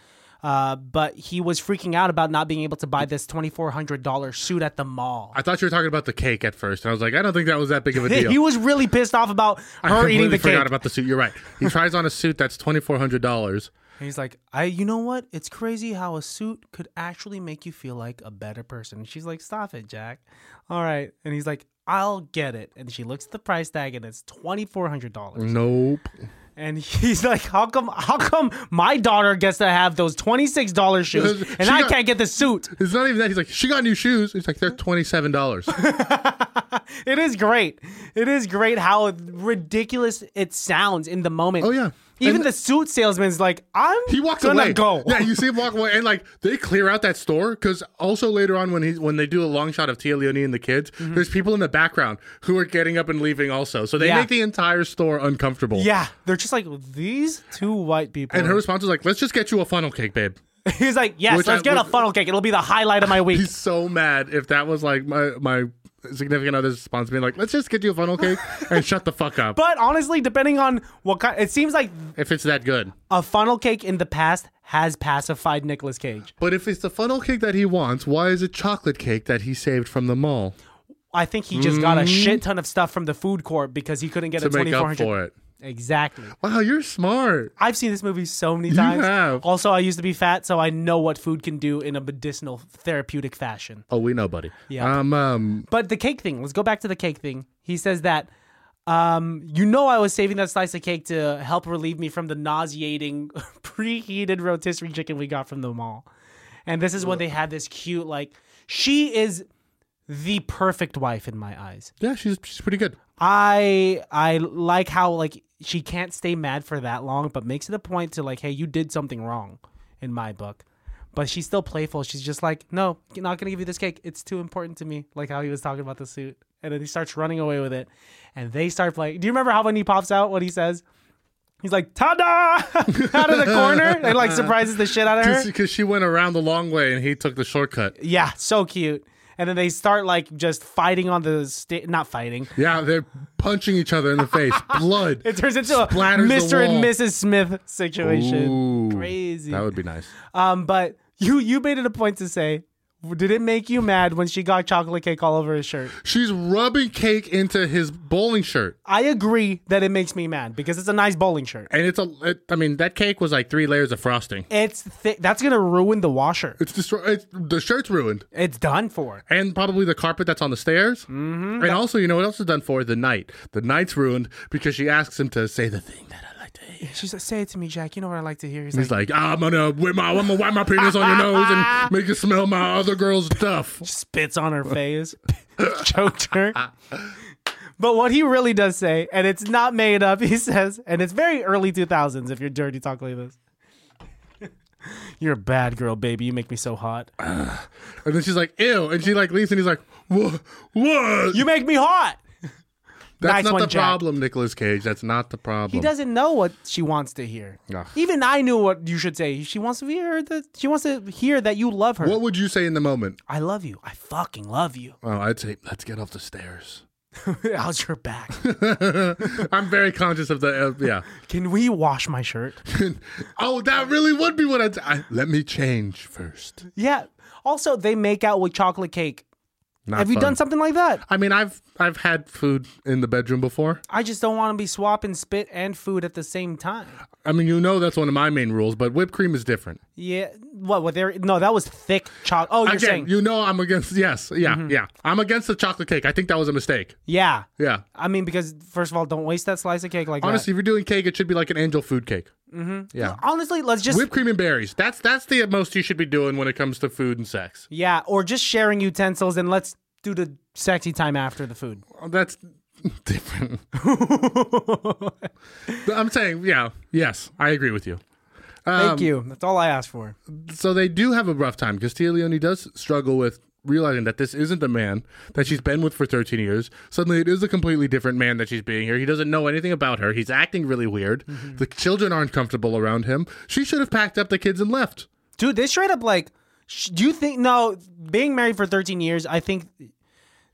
B: Uh, but he was freaking out about not being able to buy this twenty four hundred dollar suit at the mall.
C: I thought you were talking about the cake at first, and I was like, I don't think that was that big of a deal.
B: He was really pissed off about
C: I
B: her eating
C: completely
B: the
C: forgot
B: cake.
C: about the suit. You're right. He tries on a suit that's twenty four hundred dollars.
B: And he's like, I, you know what? It's crazy how a suit could actually make you feel like a better person. And she's like, stop it, Jack. All right. And he's like, I'll get it. And she looks at the price tag, and it's twenty four hundred dollars.
C: Nope.
B: and he's like, "How come? How come my daughter gets to have those twenty six dollars shoes,
C: She
B: and I
C: got-
B: can't get the suit?"
C: It's not even that. He's like, she got new shoes. He's like, they're twenty seven dollars.
B: It is great. It is great how ridiculous it sounds in the moment.
C: Oh, yeah.
B: Even
C: And-
B: the suit salesman's like, "I'm
C: He walks
B: gonna
C: away.
B: go."
C: Yeah, you see him walk away, and like they clear out that store because also later on when he when they do a long shot of Tia Leone and the kids,
B: Mm-hmm.
C: there's people in the background who are getting up and leaving also. So they
B: Yeah.
C: make the entire store uncomfortable.
B: Yeah, they're just like these two white people.
C: And her response was like, "Let's just get you a funnel cake, babe."
B: he's like, "Yes,
C: Which
B: let's
C: I-
B: get a
C: which-
B: funnel cake. It'll be the highlight of my week."
C: He's so mad if that was like my my significant other's response being like, "Let's just get you a funnel cake and shut the fuck up."
B: But honestly, depending on what kind, it seems like
C: if it's that good.
B: a funnel cake in the past has pacified Nicolas Cage.
C: But if it's the funnel cake that he wants, why is it chocolate cake that he saved from the mall
B: I think he just got a shit ton of stuff from the food court because he couldn't get
C: Mm-hmm. to
B: a
C: make
B: twenty four
C: up
B: hundred.
C: for it?
B: Exactly.
C: Wow, you're smart.
B: I've seen this movie so many times.
C: have.
B: Also, I used to be fat, so I know what food can do in a medicinal, therapeutic fashion.
C: Oh, we know, buddy.
B: Yeah.
C: Um, um,
B: But the cake thing. Let's go back to the cake thing. He says that, um, you know, I was saving that slice of cake to help relieve me from the nauseating preheated rotisserie chicken we got from the mall. And this is when they had this cute like she is the perfect wife in my eyes.
C: yeah, she's she's pretty good.
B: I I like how like she can't stay mad for that long, but makes it a point to like, hey, you did something wrong, in my book. But she's still playful. She's just like, no, I'm not gonna give you this cake. It's too important to me. Like how he was talking about the suit, and then he starts running away with it, and they start playing. Do you remember how when he pops out, what he says? He's like, ta-da! out of the corner, and like surprises the shit out of her.
C: Because she went around the long way and he took the shortcut.
B: Yeah, so cute. And then they start like just fighting on the sta- not fighting.
C: Yeah, they're punching each other in the face. Blood.
B: It turns into a
C: Splatters the
B: Mr.
C: wall.
B: and Mrs. Smith situation.
C: Ooh,
B: Crazy.
C: That would be nice.
B: Um, but you you made it a point to say, did it make you mad when she got chocolate cake all over his shirt?
C: She's rubbing cake into his bowling shirt.
B: I agree that it makes me mad because it's a nice bowling shirt.
C: And it's a, it, I mean, that cake was like three layers of frosting.
B: It's thi- that's gonna ruin the washer.
C: It's destroyed. It's, the shirt's ruined,
B: It's done for.
C: and probably the carpet that's on the stairs. Mm-hmm. And also, you know what else is done for the night? The night's ruined because she asks him to say the thing that I like to hear.
B: She's like, say it to me, Jack. You know what I like to hear. He's
C: He's
B: like,
C: like, I'm gonna, whip my, I'm gonna wipe my penis on your nose and make you smell my other girl's stuff.
B: spits on her face, choked her. But what he really does say, and it's not made up, he says, and it's very early 2000s if you're dirty talk like this. you're a bad girl, baby. You make me so hot.
C: And then she's like, ew. And she like leaves, and he's like, what? What?
B: You make me hot.
C: that's
B: nice
C: not
B: one,
C: the
B: Jack.
C: problem, Nicolas Cage. That's not the problem.
B: He doesn't know what she wants to hear.
C: Ugh.
B: Even I knew what you should say. She wants to hear that she wants to hear that you love her.
C: What would you say in the moment?
B: I love you. I fucking love you.
C: Oh, I'd say, let's get off the stairs.
B: How's your back?
C: I'm very conscious of the, uh, yeah.
B: Can we wash my shirt?
C: oh, that really would be what I'd say. I, let me change first.
B: Yeah. Also, they make out with chocolate cake.
C: Not
B: Have you
C: fun.
B: done something like that?
C: I mean, I've I've had food in the bedroom before.
B: I just don't want to be swapping spit and food at the same time.
C: I mean, you know that's one of my main rules, but whipped cream is different.
B: Yeah. What? What? There? No, that was thick chocolate. Oh, you're
C: Again,
B: saying? Mm-hmm.
C: you know I'm against. Yes, yeah, yeah. I'm against the chocolate cake. I think that was a mistake.
B: yeah.
C: Yeah.
B: I mean, because first of all, don't waste that slice of cake like
C: Honestly, if you're doing cake, it should be like an angel food cake.
B: that. Honestly, let's just
C: Whipped cream and berries. That's that's the most you should be doing when it comes to food and sex.
B: yeah, or just sharing utensils and let's do the sexy time after the food.
C: Oh, That's different. I'm saying, yeah, yes, I agree with you. Um,
B: Thank you. That's all I asked for.
C: so they do have a rough time because Tia Leone does struggle with realizing that this isn't the man that she's been with for 13 years. Suddenly, it is a completely different man that she's being here. He doesn't know anything about her. He's acting really weird. The children aren't comfortable around him. She should have packed up the kids and left.
B: Dude, they straight up like, sh- do you think, no, being married for 13 years, I think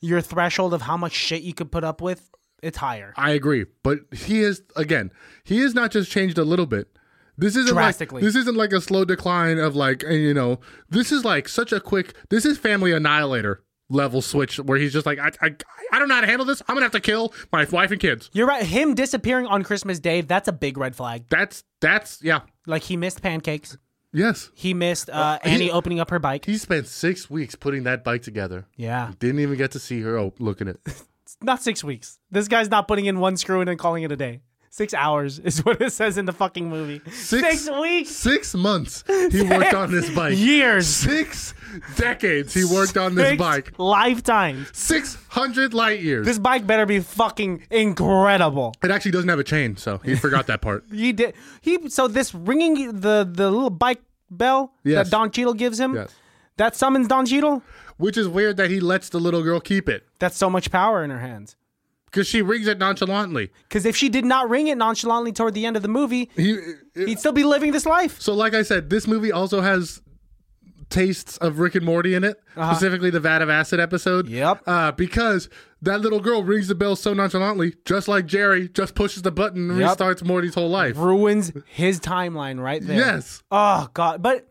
B: your threshold of how much shit you could put up with, it's higher.
C: I agree, but he is again. He has not just changed a little bit. This isn't
B: Drastically.
C: Like, this isn't like a slow decline of like uh, you know. This is like such a quick. This is family annihilator level switch where he's just like I I, I don't know how to handle this. I'm gonna have to kill my wife and kids.
B: You're right. Him disappearing on Christmas Day, that's a big red flag.
C: That's that's yeah.
B: Like, he missed pancakes.
C: Yes.
B: He missed uh,
C: he-
B: Annie opening up her bike.
C: He spent six weeks putting that bike together.
B: Yeah.
C: Didn't even get to see her oh, look at it.
B: Not six weeks. This guy's not putting in one screw in and calling it a day. Six hours is what it says in the fucking movie.
C: Six-
B: weeks,
C: Six months he worked on this bike.
B: years.
C: Six decades he worked on this
B: Six
C: bike.
B: lifetimes.
C: 600 light years.
B: This bike better be fucking incredible.
C: it actually doesn't have a chain, so he forgot that part.
B: He did. He so this ringing the the little bike bell
C: Yes.
B: that Don Cheadle gives him.
C: Yes.
B: That summons Don Cheadle.
C: Which is weird that he lets the little girl keep it
B: That's so much power in her hands.
C: because she rings it nonchalantly.
B: Because if she did not ring it nonchalantly toward the end of the movie,
C: He,
B: he'd still be living this life.
C: so, like I said, this movie also has tastes of Rick and Morty in it, specifically the Vat of Acid episode.
B: Yep.
C: Uh, because that little girl rings the bell so nonchalantly, just like Jerry, just pushes the button and
B: Yep.
C: restarts Morty's whole life.
B: Ruins his timeline right there.
C: Yes.
B: Oh God. But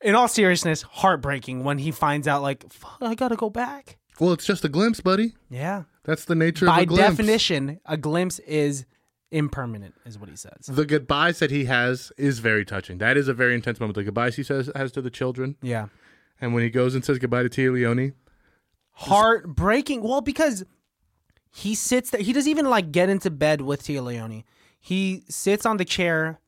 B: in all seriousness, heartbreaking when he finds out like, fuck, I gotta go back.
C: Well, it's just a glimpse, buddy.
B: Yeah.
C: That's the nature of
B: By
C: a glimpse.
B: definition, a glimpse is impermanent, is what he says.
C: the goodbyes that he has is very touching. That is a very intense moment. The goodbyes he says has to the children,
B: Yeah.
C: and when he goes and says goodbye to Tia Leone,
B: heartbreaking. Well, because he sits there, he doesn't even like get into bed with Tia Leone. He sits on the chair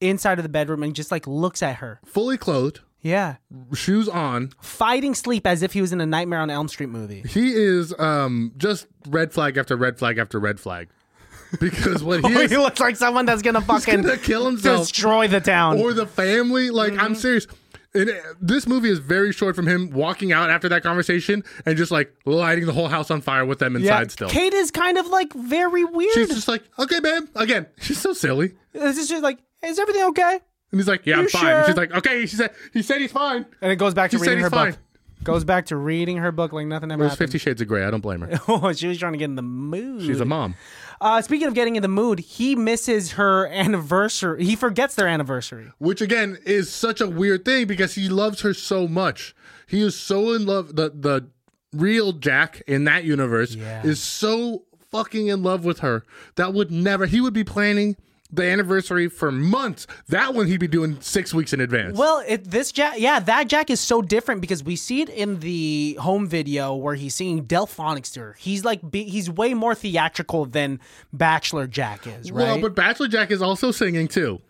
B: inside of the bedroom and just like looks at her.
C: fully clothed,
B: Yeah,
C: shoes on,
B: fighting sleep as if he was in a Nightmare on Elm Street movie.
C: he is um just red flag after red flag after red flag, because what he is,
B: he looks like someone that's gonna fucking
C: gonna kill himself.
B: destroy the town.
C: or the family. Like I'm serious. And uh, this movie is very short from him walking out after that conversation and just like lighting the whole house on fire with them inside. Still,
B: Kate is kind of like very weird.
C: she's just like, "Okay, babe." Again, she's so silly.
B: this is just like, is everything okay?
C: And he's like, "Yeah, I'm
B: You
C: fine."
B: sure?
C: She's like, "Okay." She said, "He said he's fine."
B: And it goes back to
C: He said
B: reading
C: he's
B: her
C: fine.
B: book. Goes back to reading her book like nothing ever
C: It was
B: happened.
C: Fifty Shades of Grey. I don't blame her.
B: Oh, she was trying to get in the mood.
C: She's a mom.
B: Uh, speaking of getting in the mood, he misses her anniversary. He forgets their anniversary.
C: Which again is such a weird thing because he loves her so much. He is so in love. The the real Jack in that universe
B: Yeah.
C: is so fucking in love with her that would never. He would be planning the anniversary for months. That one he'd be doing six weeks in advance.
B: Well, it, this Jack, yeah, that Jack is so different because we see it in the home video where he's singing Delphonics to her. He's like, be, he's way more theatrical than Bachelor Jack is, right?
C: Well, but Bachelor Jack is also singing too.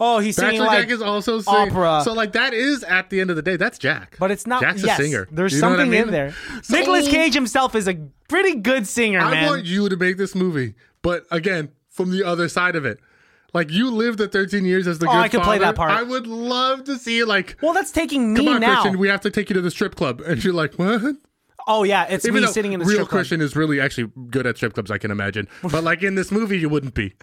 B: oh, he's singing
C: Bachelor
B: like,
C: Jack is also singing.
B: opera.
C: So like that is at the end of the day, that's Jack.
B: but it's not.
C: Jack's
B: yes,
C: a singer.
B: There's
C: You know what I
B: something in
C: mean?
B: there.
C: So-
B: Nicholas Cage himself is a pretty good singer,
C: I
B: man.
C: want you to make this movie, but again, from the other side of it. Like you lived the 13 years as the good
B: Oh, I could play
C: father.
B: that part.
C: I would love to see like
B: well, that's taking me
C: Come on,
B: now.
C: Christian, we have to take you to the strip club. And you're like, what?
B: oh yeah, it's me
C: Even though
B: sitting in a
C: real
B: strip club.
C: Christian is really actually good at strip clubs, I can imagine. But like in this movie, you wouldn't be.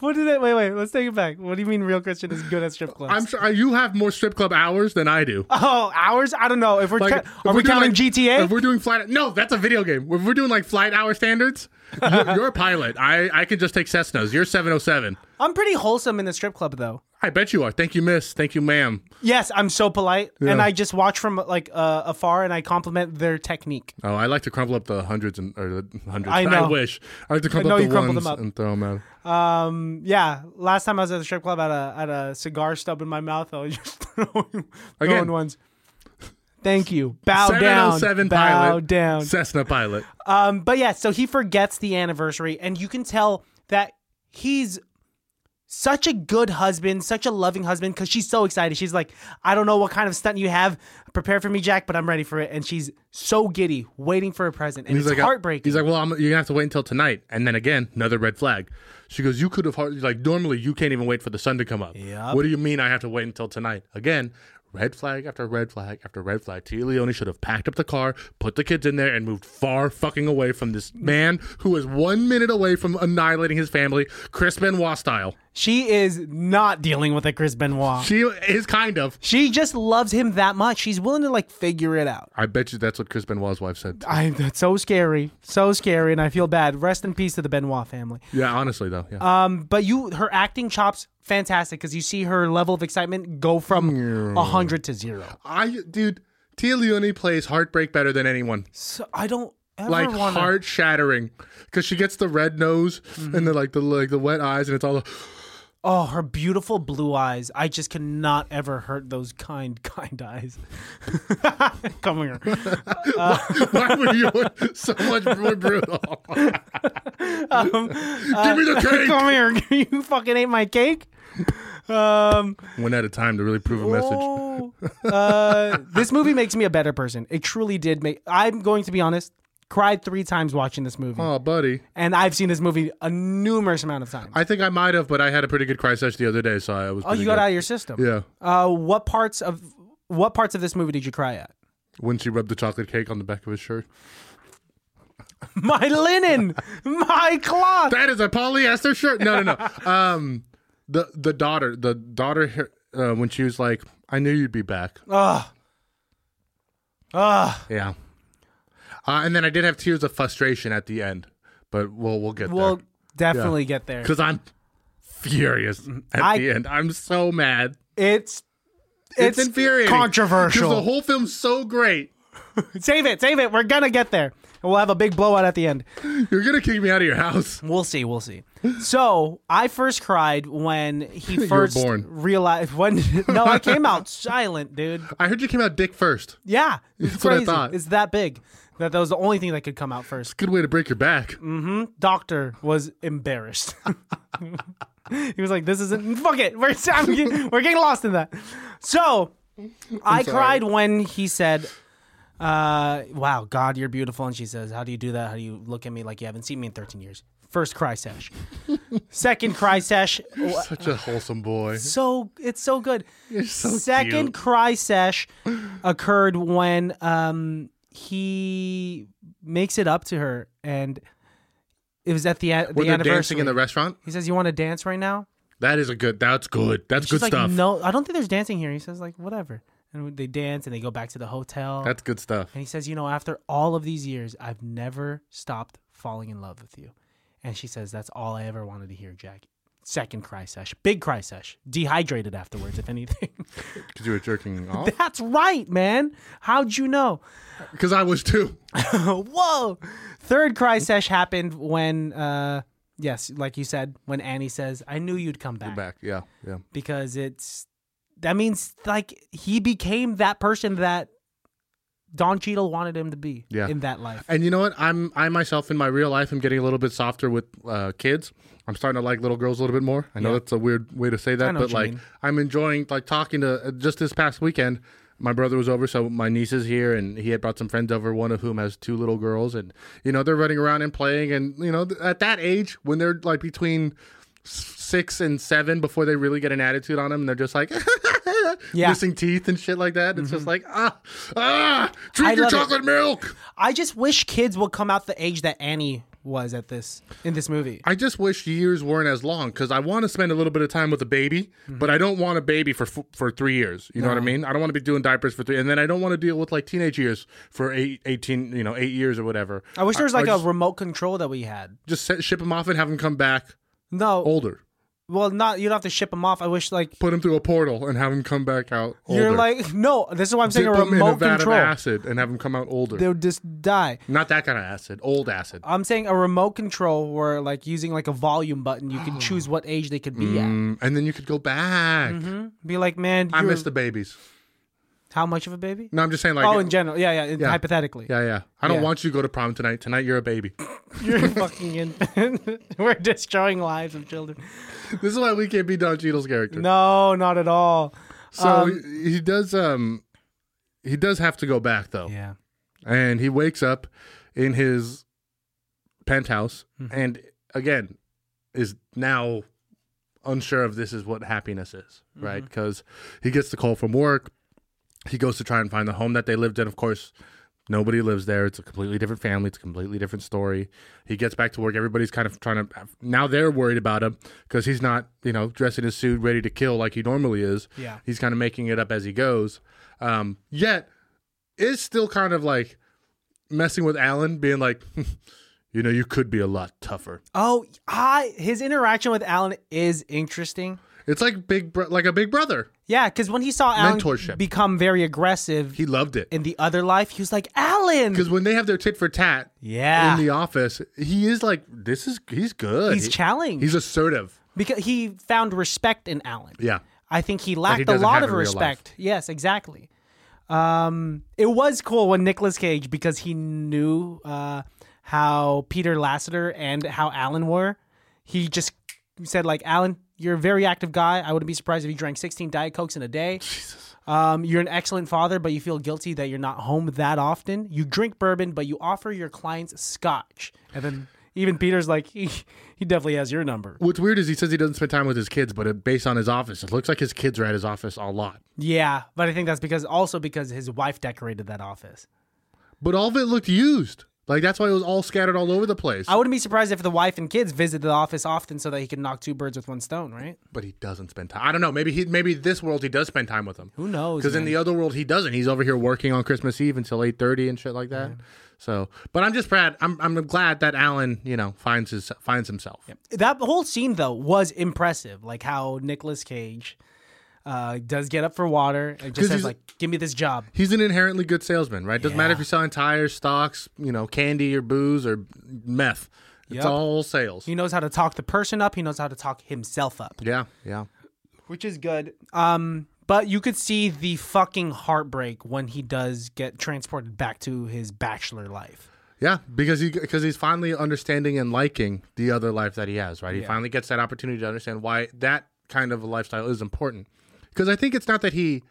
B: What did that? Wait, wait. Let's take it back. What do you mean, real Christian is good at strip clubs?
C: I'm sure uh, you have more strip club hours than I do.
B: Oh, hours? I don't know. If we're
C: Like,
B: ca-
C: if
B: are we
C: we're doing,
B: counting
C: like- If
B: GTA?
C: we're doing flight, no, that's a video game. If we're doing like flight hour standards, you're, you're a pilot. I I can just take Cessnas. You're 707.
B: I'm pretty wholesome in the strip club though.
C: I bet you are. Thank you, miss. Thank you, ma'am.
B: Yes, I'm so polite, and
C: Yeah.
B: I just watch from like uh, afar, and I compliment their technique.
C: Oh, I like to crumple up the hundreds and or the hundreds.
B: I
C: I,
B: know.
C: wish I like to crumple
B: know
C: up
B: you
C: the
B: crumple
C: ones
B: them up.
C: and throw them out.
B: Um, yeah. Last time I was at the strip club, I had a I had a cigar stub in my mouth. I was just throwing,
C: Again.
B: throwing ones. Thank you. Bow down.
C: 707
B: bow
C: pilot,
B: down.
C: Cessna pilot.
B: Um, but yeah, so he forgets the anniversary, and you can tell that he's such a good husband, such a loving husband, because she's so excited. She's like, I don't know what kind of stunt you have. Prepare for me, Jack, but I'm ready for it. And she's so giddy, waiting for a present. And
C: He's
B: it's
C: like,
B: heartbreaking.
C: He's like, well, I'm, you're gonna have to wait until tonight, and then again, another red flag. She goes, you could have hardly like normally you can't even wait for the sun to come up.
B: Yup.
C: What do you mean I have to wait until tonight? Again, red flag after red flag after red flag. Tia Leone should have packed up the car, put the kids in there, and moved far fucking away from this man who is one minute away from annihilating his family, Chris Benoit style.
B: she is not dealing with a Chris Benoit.
C: She is kind of.
B: She just loves him that much. She's willing to like figure it out.
C: I bet you that's what Chris Benoit's wife said.
B: I that's so scary. So scary, and I feel bad. Rest in peace to the Benoit family.
C: Yeah, honestly though. Yeah.
B: but you her acting chops fantastic because you see her level of excitement go from a hundred to zero.
C: I dude, Tia Leone plays heartbreak better than anyone.
B: So I don't ever
C: like
B: wanna, Mm-hmm.
C: heart shattering because she gets the red nose and the like the like the wet eyes and it's all the,
B: Oh, her beautiful blue eyes. I just cannot ever hurt those kind, kind eyes. Come here.
C: Why were you so much more brutal? Give me the
B: Um, uh, Come
C: cake.
B: here. You fucking ate my cake? Um,
C: One at a time to really prove a message.
B: oh, uh, this movie makes me a better person. It truly did make. I'm going to be honest. Cried three times watching this movie,
C: Oh, buddy.
B: and I've seen this movie a numerous amount of times.
C: I think I might have, but I had a pretty good cry session the other day, so I was.
B: oh, you got out of your system.
C: Yeah.
B: Uh, what parts of what parts of this movie did you cry at?
C: When she rubbed the chocolate cake on the back of his shirt.
B: My linen, my cloth.
C: That is a polyester shirt. No, no, no. um, the the daughter, the daughter, uh, when she was like, "I knew you'd be back."
B: Ugh. Ugh.
C: Yeah. Uh, and then I did have tears of frustration at the end, but we'll we'll get
B: We'll
C: there
B: definitely get there.
C: because I'm furious at
B: Mm, I-
C: the end. I'm so mad.
B: It's it's,
C: It's, infuriating.
B: controversial.
C: Because the whole film's so great.
B: save it, save it. We're gonna get there. And we'll have a big blowout at the end.
C: You're gonna kick me out of your house.
B: We'll see. We'll see. So I first cried when he
C: were
B: first
C: born.
B: realized when. No, I came out silent, dude.
C: I heard you came out dick first.
B: Yeah, it's
C: what I
B: crazy.
C: thought.
B: It's that big that that was the only thing that could come out first.
C: Good way to break your back.
B: Mm. Doctor was embarrassed. he was like, "This isn't fuck it. We're I'm getting, we're getting lost in that." So I
C: sorry.
B: cried when he said. Uh, wow, God, you're beautiful. And she says, How do you do that? How do you look at me like you haven't seen me in 13 years? First cry sesh. Second cry sesh.
C: Such a wholesome boy.
B: So it's so good.
C: so
B: Second
C: cute.
B: cry sesh occurred when um he makes it up to her, and it was at the a- the
C: When they're
B: anniversary.
C: dancing in the restaurant,
B: he says, "You want to dance right now?"
C: that is a good. That's good. That's
B: She's
C: good
B: like,
C: stuff.
B: "No, I don't think there's dancing here." He says, "Like whatever," and they dance and they go back to the hotel.
C: That's good stuff.
B: and he says, "You know, after all of these years, I've never stopped falling in love with you." And she says, "That's all I ever wanted to hear, Jack." Second cry sesh, big cry sesh, dehydrated afterwards, if anything.
C: Because you were jerking off.
B: That's right, man. How'd you know?
C: Because I was too.
B: Whoa. Third cry sesh happened when, uh, yes, like you said, when Annie says, I knew you'd come back.
C: Back. Yeah. Yeah.
B: Because it's, that means like he became that person that Don Cheadle wanted him to be
C: Yeah.
B: in that life.
C: And you know what? I'm I myself in my real life am getting a little bit softer with uh, kids. I'm starting to like little girls a little bit more. I know
B: Yeah.
C: that's a weird way to say that,
B: know
C: but
B: what you
C: like
B: mean.
C: I'm enjoying like talking to uh, just this past weekend. My brother was over, so my niece is here, and he had brought some friends over. One of whom has two little girls, and you know they're running around and playing. And you know th- at that age, when they're like between s- six and seven, before they really get an attitude on them, and they're just like
B: Yeah. Mm-hmm.
C: missing teeth and shit like that. It's just like ah ah, drink
B: I
C: your
B: love it.
C: chocolate milk.
B: I just wish kids would come out the age that Annie was at this, in this movie.
C: I just wish years weren't as long because I want to spend a little bit of time with a baby,
B: Mm-hmm.
C: but I don't want a baby for f- for three years. You know what I mean? I don't want to be doing diapers for three, and then I don't want to deal with like teenage years for eight, 18, you know, eight years or whatever.
B: I wish there was
C: I
B: like a
C: just,
B: remote control that we had.
C: just set, ship them off and have them come back
B: No,
C: older.
B: well, not you don't have to ship them off. I wish like
C: Put them through a portal and have them come back out. Older.
B: You're like, no, this is why I'm saying
C: dip
B: a
C: 'em in a
B: remote
C: vat
B: control.
C: of acid and have them come out older.
B: They would just die.
C: Not that kind of acid, old acid.
B: I'm saying a remote control where, like, using like a volume button, you can choose what age they could be
C: Mm, and then you could go back.
B: at. Be like, man,
C: I
B: Mm-hmm. you're-
C: miss the babies.
B: how much of a baby?
C: No, I'm just saying like.
B: oh, in general, yeah, yeah, in-
C: Yeah.
B: hypothetically,
C: yeah, yeah. I don't
B: Yeah.
C: want you to go to prom tonight. Tonight you're a baby.
B: you're a fucking in. We're destroying lives of children.
C: This is why we can't be Don Cheadle's character.
B: No, not at all.
C: so he, he does um he does have to go back though.
B: Yeah,
C: And he wakes up in his penthouse and again is now unsure of this is what happiness is, right? Cuz he gets the call from work. He goes to try and find the home that they lived in. Of course, nobody lives there. It's a completely different family. It's a completely different story. He gets back to work. Everybody's kind of trying to now they're worried about him because he's not, you know, dressed in his suit, ready to kill like he normally is.
B: Yeah.
C: he's kind of making it up as he goes. Um, yet is still kind of like messing with Alan, being like, you know, you could be a lot tougher.
B: Oh, I his interaction with Alan is interesting.
C: It's like big, bro- like a big brother.
B: Yeah, because when he saw Alan
C: Mentorship.
B: become very aggressive
C: He loved it
B: in the other life, he was like, Alan.
C: because when they have their tit for tat
B: Yeah,
C: in the office, he is like, this is he's good.
B: he's
C: He-
B: challenging.
C: He's assertive.
B: because he found respect in Alan.
C: Yeah.
B: I think he
C: he
B: lacked a
C: doesn't have
B: lot of
C: in real life.
B: respect. Yes, exactly. Um, it was cool when Nicolas Cage because he knew uh, how Peter Lassiter and how Alan were. He just said like, "Alan, you're a very active guy. I wouldn't be surprised if you drank 16 Diet Cokes in a day. Um, you're an excellent father, but you feel guilty that you're not home that often. You drink bourbon, but you offer your clients scotch." And then even Peter's like, "He, he definitely has your number."
C: What's weird is he says he doesn't spend time with his kids, but it, based on his office, it looks like his kids are at his office a lot.
B: Yeah, but I think that's because also because his wife decorated that office.
C: But all of it looked used. Like that's why it was all scattered all over the place.
B: I wouldn't be surprised if the wife and kids visit the office often so that he can knock two birds with one stone, right?
C: but he doesn't spend time. I don't know. Maybe he maybe this world he does spend time with them.
B: Who knows?
C: Because in the other world he doesn't. He's over here working on Christmas Eve until eight thirty and shit like that. So, but I'm just proud. I'm I'm glad that Alan you know finds his finds himself.
B: that whole scene though was impressive, like how Nicolas Cage uh, does get up for water and just says
C: he's-
B: like, "Give me this job."
C: He's an inherently good salesman, right? Doesn't matter if you're selling tires, stocks, you know, candy or booze or meth. It's
B: Yep.
C: all sales.
B: He knows how to talk the person up. He knows how to talk himself up,
C: yeah, yeah.
B: which is good. Um, but you could see the fucking heartbreak when he does get transported back to his bachelor life.
C: Yeah, because he because he's finally understanding and liking the other life that he has, right? He finally gets that opportunity to understand why that kind of a lifestyle is important. Because I think it's not that he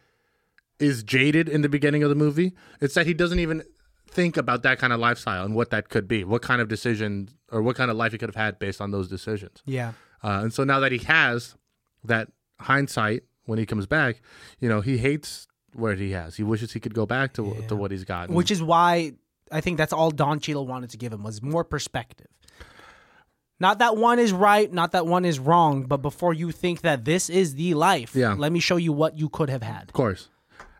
C: is jaded in the beginning of the movie; it's that he doesn't even think about that kind of lifestyle and what that could be, what kind of decision or what kind of life he could have had based on those decisions.
B: Yeah.
C: Uh, and so now that he has that hindsight when he comes back, you know, he hates where he has. He wishes he could go back to to what he's got.
B: which is why I think that's all Don Cheadle wanted to give him was more perspective. Not that one is right, not that one is wrong, but before you think that this is the life,
C: Yeah.
B: let me show you what you could have had.
C: Of course.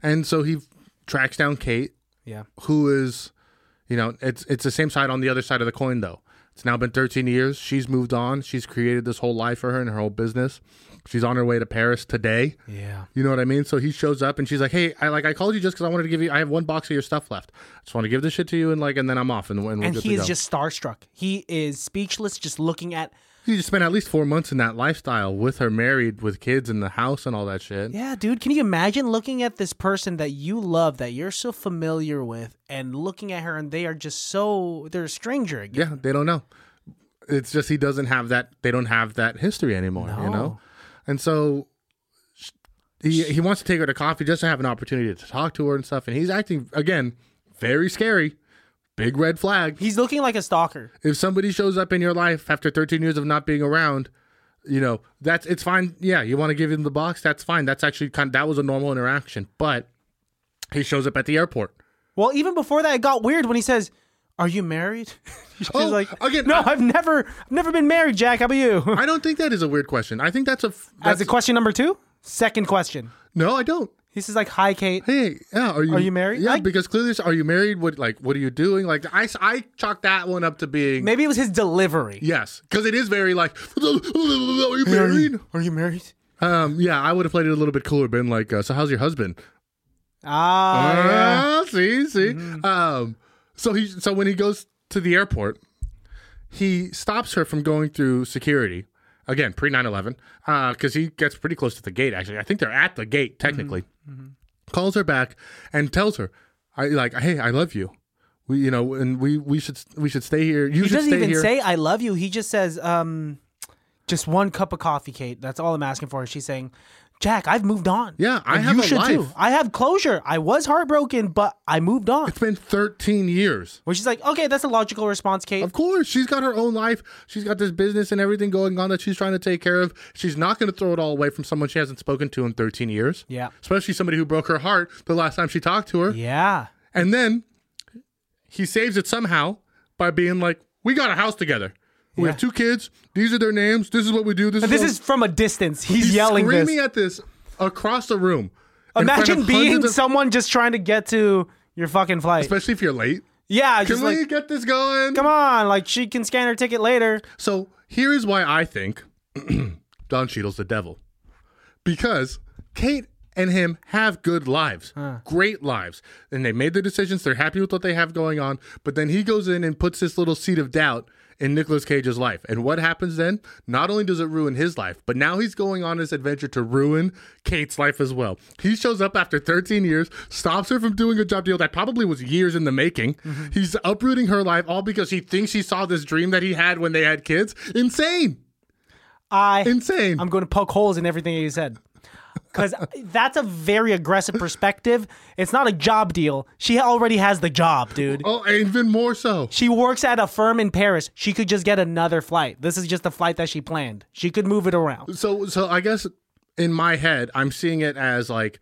C: And so he tracks down Kate,
B: Yeah.
C: who is, you know, it's it's the same side on the other side of the coin though. It's now been 13 years. She's moved on. She's created this whole life for her and her whole business. She's on her way to Paris today.
B: Yeah.
C: You know what I mean? So he shows up and she's like, "Hey, I like I called you just because I wanted to give you. I have one box of your stuff left. I just want to give this shit to you and like, and then I'm off and, and we're
B: And
C: good
B: he
C: to
B: is
C: go."
B: just starstruck. He is speechless just looking at
C: He just spent at least four months in that lifestyle with her, married, with kids, in the house, and all that shit.
B: Yeah, dude, can you imagine looking at this person that you love that you're so familiar with and looking at her and they are just so they're a stranger again.
C: Yeah, they don't know. It's just he doesn't have that. They don't have that history anymore. You know,
B: No.
C: and so sh- he he wants to take her to coffee just to have an opportunity to talk to her and stuff. And he's acting again very scary. Big red flag.
B: He's looking like a stalker.
C: If somebody shows up in your life after 13 years of not being around, you know that's it's fine. Yeah, you want to give him the box. That's fine. That's actually kind. that was a normal interaction. But he shows up at the airport.
B: Well, even before that, it got weird when he says, "Are you married?" She's
C: Oh,
B: like,
C: again,
B: "No,
C: I-
B: I, have never, I've never been married, Jack. How about you?"
C: I don't think that is a weird question. I think that's a f-
B: As
C: that's
B: a question number two, second question.
C: no. I don't.
B: He says like, "Hi, Kate."
C: hey, yeah, are you
B: Are you married?
C: Yeah,
B: I-
C: because clearly, it's, are you married? What like, what are you doing? Like, I I chalked that one up to being
B: Maybe it was his delivery.
C: yes, because it is very like, are you married?
B: Are you married?
C: Um, yeah, I would have played it a little bit cooler, been like, uh, so how's your husband?
B: Ah, yeah.
C: Ah, see, see.
B: Mm-hmm.
C: Um, so he so when he goes to the airport, he stops her from going through security again pre 9-11 because he gets pretty close to the gate actually i think they're at the gate technically
B: Mm-hmm.
C: calls her back and tells her i like hey i love you we you know and we we should we should stay here you
B: He
C: should
B: doesn't
C: stay
B: even
C: here
B: say "I love you." He just says, "Um, just one cup of coffee, Kate." That's all I'm asking for. She's saying, "Jack, I've moved on."
C: Yeah, I
B: And
C: have
B: you
C: a
B: should too.
C: life.
B: I have closure. I was heartbroken, but I moved on.
C: it's been 13 years
B: Which is like, okay, that's a logical response, Kate.
C: Of course, she's got her own life. She's got this business and everything going on that she's trying to take care of. She's not going to throw it all away from someone she hasn't spoken to in 13 years.
B: Yeah.
C: Especially somebody who broke her heart the last time she talked to her.
B: Yeah.
C: And then he saves it somehow by being like, "We got a house together. We have two kids. These are their names. This is what we do. This is
B: This
C: what-
B: is from a distance. He's,
C: He's
B: yelling this.
C: screaming at this across the room. in front of
B: Imagine being
C: hundreds of-
B: someone just trying to get to your fucking flight.
C: especially if you're late.
B: yeah,
C: Can
B: just
C: we
B: like
C: get this going?
B: come on, like she can scan her ticket later.
C: So here is why I think Don Cheadle's the devil, because Kate and him have good lives, great lives, and they made their decisions. They're happy with what they have going on. But then he goes in and puts this little seed of doubt in Nicolas Cage's life. And what happens then? Not only does it ruin his life, but now he's going on this adventure to ruin Kate's life as well. He shows up after 13 years, stops her from doing a job deal that probably was years in the making. He's uprooting her life all because he thinks he saw this dream that he had when they had kids. Insane.
B: I
C: Insane.
B: I'm going to poke holes in everything you said. Because that's a very aggressive perspective. It's not a job deal. She already has the job, dude.
C: oh, and even more so.
B: She works at a firm in Paris. She could just get another flight. This is just the flight that she planned. She could move it around.
C: So so I guess in my head I'm seeing it as like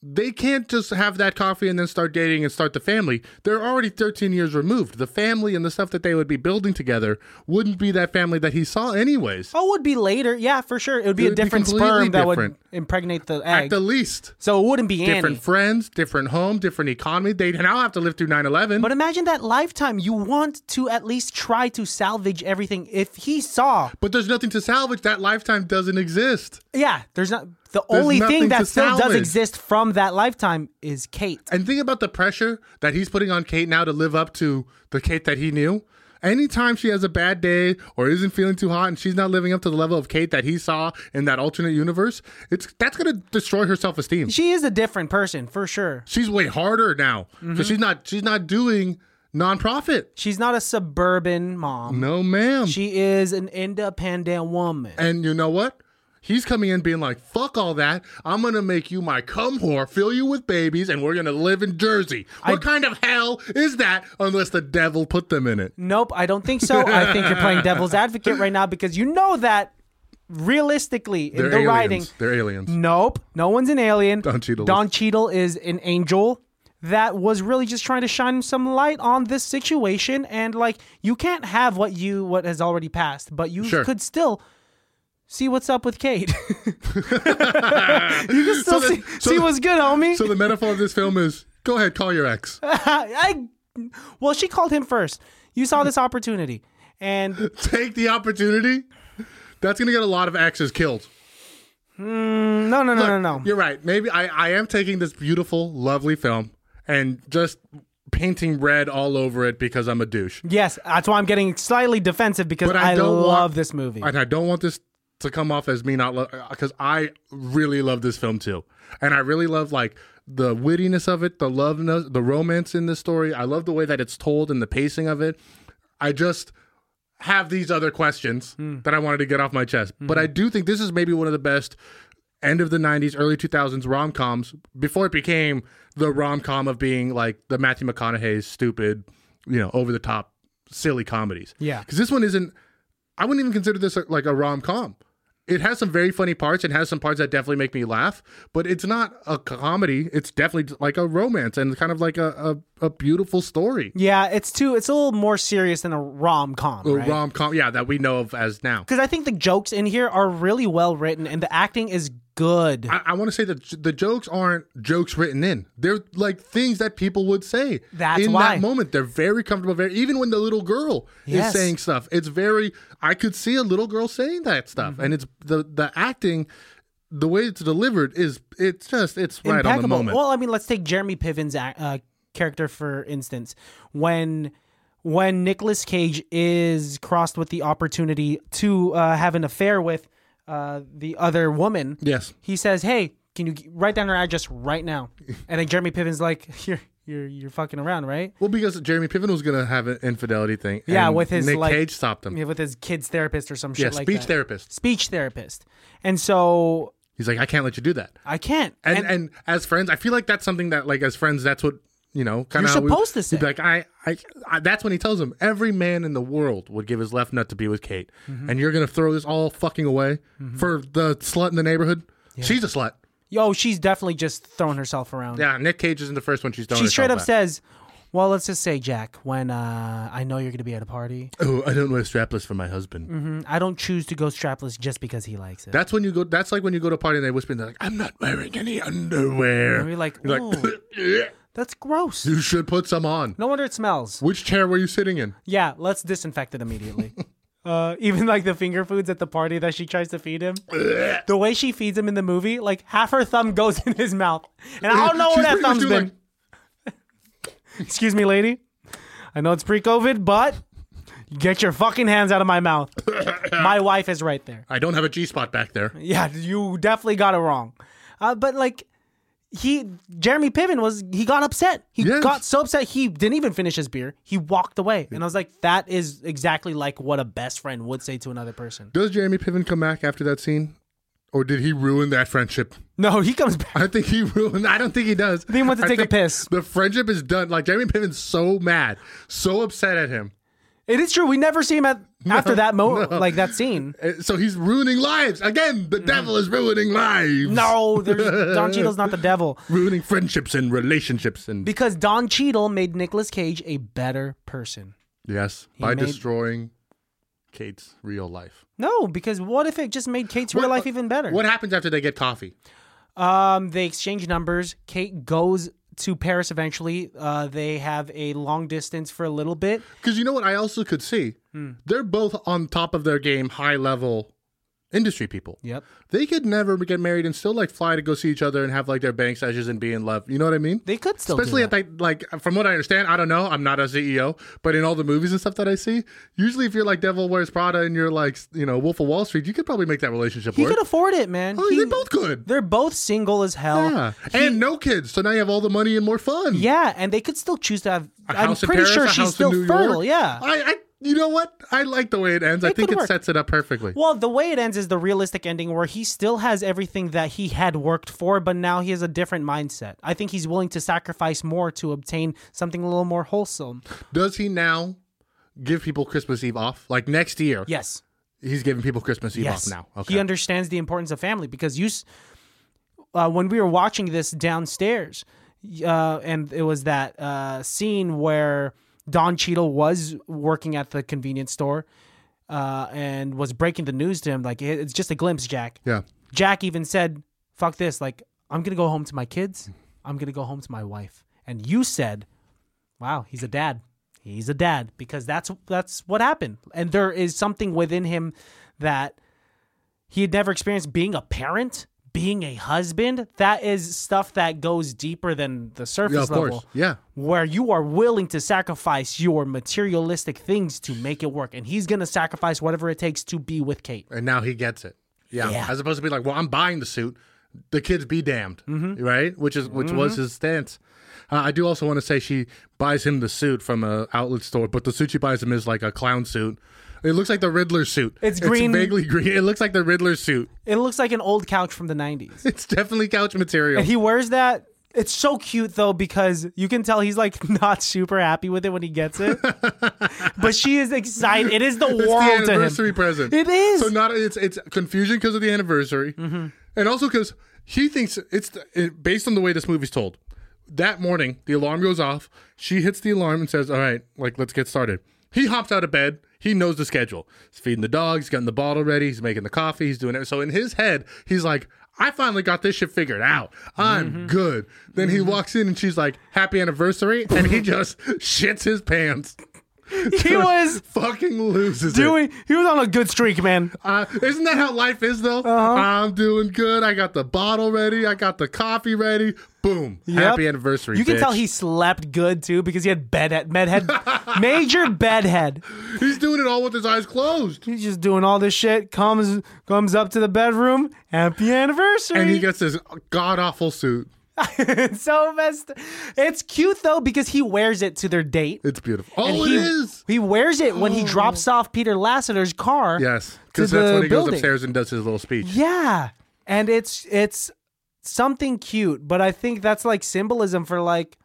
C: they can't just have that coffee and then start dating and start the family. They're already 13 years removed. The family and the stuff that they would be building together wouldn't be that family that he saw anyways.
B: Oh, it would be later. Yeah, for sure. It would be
C: It
B: a
C: would be
B: different
C: completely
B: sperm that would
C: different.
B: impregnate the
C: At
B: egg.
C: the least,
B: so it wouldn't be Annie.
C: different friends, different home, different economy. They now have to live through 9/11.
B: But imagine that lifetime. You want to at least try to salvage everything. If he saw,
C: but there's nothing to salvage. That lifetime doesn't exist.
B: yeah, there's not the
C: There's
B: only
C: nothing
B: thing
C: to
B: that still does
C: salvage.
B: exist from that lifetime is Kate.
C: And think about the pressure that he's putting on Kate now to live up to the Kate that he knew. Anytime she has a bad day or isn't feeling too hot and she's not living up to the level of Kate that he saw in that alternate universe, it's that's gonna destroy her self esteem.
B: She is a different person for sure.
C: She's way harder now.
B: Mm-hmm.
C: Because she's not she's not doing nonprofit.
B: She's not a suburban mom.
C: No ma'am.
B: She is an independent woman.
C: and you know what? He's coming in being like, fuck all that. I'm gonna make you my cum whore, fill you with babies, and we're gonna live in Jersey. What kind of hell is that unless the devil put them in it?
B: Nope, I don't think so. I think you're playing devil's advocate right now because you know that realistically in
C: They're
B: the
C: aliens.
B: writing.
C: They're aliens.
B: Nope, no one's an alien.
C: Don Cheadle is.
B: Don Cheadle is an angel that was really just trying to shine some light on this situation and like you can't have what you what has already passed, but you
C: Sure.
B: could still see what's up with Kate. you can still
C: So the-
B: see,
C: so
B: see
C: the-
B: what's good, homie.
C: So the metaphor of this film is go ahead, call your ex.
B: I well, she called him first. You saw this opportunity. And
C: Take the opportunity. That's gonna get a lot of exes killed.
B: No, no, no, no, no.
C: You're right. Maybe I, I am taking this beautiful, lovely film and just painting red all over it because I'm a douche.
B: Yes, that's why I'm getting slightly defensive because
C: But
B: I,
C: I don't
B: love
C: want-
B: this movie.
C: And I don't want this to come off as me not love because I really love this film too. And I really love like the wittiness of it, the love, the romance in this story. I love the way that it's told and the pacing of it. I just have these other questions that I wanted to get off my chest. But I do think this is maybe one of the best end of the 90s, early 2000s rom coms before it became the rom com of being like the Matthew McConaughey's stupid, you know, over the top, silly comedies.
B: Yeah.
C: Because this one isn't, I wouldn't even consider this a, like a rom com. It has some very funny parts. It has some parts that definitely make me laugh, but it's not a comedy. It's definitely like a romance and kind of like a, a, a beautiful story.
B: yeah, it's too. It's a little more serious than a rom com,
C: A
B: right?
C: rom com, yeah, that we know of as now.
B: Because I think the jokes in here are really well written and the acting is good.
C: I, I want to say that j- the jokes aren't jokes written in. They're like things that people would say
B: That's
C: in
B: why.
C: that moment. They're very comfortable. Very even when the little girl
B: Yes.
C: is saying stuff, it's very. I could see a little girl saying that stuff,
B: Mm-hmm.
C: and it's the the acting, the way it's delivered is it's just it's right on the
B: Impeccable.
C: moment.
B: Well, I mean, let's take Jeremy Piven's ac- uh, character for instance. When when Nicolas Cage is crossed with the opportunity to uh, have an affair with uh, the other woman,
C: yes,
B: he says, "Hey, can you g- write down her address right now?" And then Jeremy Piven's like, "You're you're you're fucking around, right?"
C: well because Jeremy Piven was gonna have an infidelity thing.
B: Yeah,
C: and
B: with his,
C: Nick
B: like-
C: Cage stopped him.
B: Yeah, with his kids therapist or some shit
C: Um, yeah,
B: like
C: speech
B: that.
C: therapist.
B: speech therapist. And so
C: He's like, I can't let you do that.
B: I can't.
C: and, and as friends, I feel like that's something that like as friends, that's what you know. Kind
B: You're
C: of
B: supposed to say.
C: be like I, I, I. That's when he tells him every man in the world would give his left nut to be with Kate,
B: Mm-hmm.
C: and you're gonna throw this all fucking away for the slut in the neighborhood. She's a slut.
B: yo, she's definitely just throwing herself around.
C: Yeah, Nick Cage isn't the first one she's throwing.
B: she straight up
C: herself
B: says, "Well, let's just say, Jack, when uh, I know you're gonna be at a party,
C: at. "Oh, I don't wear strapless for my husband."
B: mm, I don't choose to go strapless just because he likes it."
C: That's when you go. That's like when you go to a party and they whisper, and they're like, "I'm not wearing any underwear."
B: and we're like,
C: You're
B: "Ooh,
C: like,
B: that's gross.
C: "You should put some on."
B: No wonder it smells."
C: Which chair were you sitting in?
B: Yeah, let's disinfect it immediately. uh, even like the finger foods at the party that she tries to feed him. the way she feeds him in the movie, like half her thumb goes in his mouth, and I don't know where
C: She's
B: that
C: pretty much
B: thumb's
C: doing
B: been. Excuse me, lady. I know it's pre-COVID, but Get your fucking hands out of my mouth. my wife is right there.
C: I don't have a G spot back there.
B: Yeah, you definitely got it wrong. Uh, but like he Jeremy Piven was he got upset. He
C: Yes.
B: got so upset he didn't even finish his beer. He walked away. And I was like that is exactly like what a best friend would say to another person.
C: Does Jeremy Piven come back after that scene? Or did he ruin that friendship?
B: No, he comes back.
C: I think he ruined. I don't think he does.
B: He went to
C: I
B: take a
C: think
B: piss.
C: The friendship is done. Like Jeremy Piven's so mad, so upset at him.
B: It is true. We never see him at, after that moment like that scene.
C: Uh, So he's ruining lives again. The devil is ruining lives.
B: Mm. No, there's, Don Cheadle's not the devil.
C: ruining friendships and relationships and
B: Because Don Cheadle made Nicolas Cage a better person.
C: yes, by
B: made-
C: destroying Kate's real life.
B: No, because what if it just made Kate's real
C: What- uh,
B: life even better?
C: What happens after they get coffee?
B: Um, they exchange numbers. Kate goes to Paris eventually. Uh, they have a long distance for a little bit.
C: Because you know what? I also could see
B: Hmm.
C: they're both on top of their game, high level industry people.
B: Yep.
C: They could never get married and still like fly to go see each other and have like their bank sessions and be in love. You know what I mean?
B: They could still
C: Especially
B: do
C: at
B: that.
C: that, like, from what I understand, I don't know. I'm not a CEO, but in all the movies and stuff that I see, usually if you're like Devil Wears Prada and you're like, you know, Wolf of Wall Street, you could probably make that relationship
B: he
C: work.
B: could afford it, man.
C: Oh,
B: He-
C: they both could.
B: They're both single as hell.
C: Yeah. and no kids. So now you have all the money and more fun.
B: Yeah, and they could still choose to have.
C: A
B: I'm
C: house in
B: pretty
C: Paris,
B: sure
C: a
B: she's
C: house in
B: still
C: New
B: fertile.
C: York.
B: Yeah.
C: I, I, you know what? I like the way it ends. I
B: It
C: think
B: could
C: it
B: work.
C: sets it up perfectly.
B: Well, the way it ends is the realistic ending where he still has everything that he had worked for, but now he has a different mindset. I think he's willing to sacrifice more to obtain something a little more wholesome.
C: Does he now give people Christmas Eve off? Like next year,
B: Yes.
C: he's giving people Christmas Eve
B: Yes.
C: off now. Okay.
B: He understands the importance of family because you, s- uh, when we were watching this downstairs, y- uh, and it was that uh, scene where Don Cheadle was working at the convenience store uh, and was breaking the news to him. Like, "It- it's just a glimpse, Jack.
C: yeah.
B: Jack even said, fuck this. Like, I'm going to go home to my kids. I'm going to go home to my wife. And you said, wow, he's a dad. He's a dad because that's that's what happened. And there is something within him that he had never experienced being a parent, being a husband. That is stuff that goes deeper than the surface
C: Yeah, of
B: level.
C: course. Yeah.
B: Where you are willing to sacrifice your materialistic things to make it work. And he's going to sacrifice whatever it takes to be with Kate.
C: And now he gets it. Yeah.
B: Yeah.
C: As opposed to be like, well, I'm buying the suit. The kids be damned.
B: Mm-hmm.
C: Right? Which is which was his stance. Uh, I do also want to say she buys him the suit from a outlet store, but the suit she buys him is like a clown suit. It looks like the Riddler suit.
B: It's green.
C: vaguely green. It looks like the Riddler suit.
B: It looks like an old couch from the 90s.
C: It's definitely couch material.
B: He wears that. It's so cute though because you can tell he's like not super happy with it when he gets it. but she is excited. It is the
C: It's
B: world
C: the anniversary
B: to him.
C: present.
B: It is.
C: So not it's it's confusion because of the anniversary,
B: Mm-hmm.
C: and also because he thinks it's it, based on the way this movie's told. That morning, the alarm goes off. She hits the alarm and says, "All right, like let's get started." He hops out of bed. He knows the schedule. He's feeding the dogs. He's getting the bottle ready. He's making the coffee. He's doing it. So in his head, he's like, "I finally got this shit figured out. I'm
B: Mm-hmm.
C: good." Then he walks in and she's like, "Happy anniversary!" and he just shits his pants.
B: He was
C: Fucking loses it.
B: doing. He was on a good streak, man.
C: Uh, isn't that how life is, though?
B: Uh-huh.
C: I'm doing good. I got the bottle ready. I got the coffee ready. Boom. Happy
B: Yep.
C: anniversary.
B: You can
C: bitch.
B: tell he slept good too because he had bedhead, medhead, major bedhead.
C: he's doing it all with his eyes closed.
B: He's just doing all this shit. Comes comes up to the bedroom. Happy anniversary.
C: And he gets this god awful suit.
B: it's so messed. It's cute though because he wears it to their date.
C: It's beautiful.
B: And
C: Oh,
B: he,
C: it is. Oh.
B: He wears it when he drops off Peter Lassiter's car.
C: Yes.
B: To
C: Because that's
B: the
C: when he
B: building.
C: goes upstairs and does his little speech.
B: Yeah. And it's it's something cute, but I think that's like symbolism for like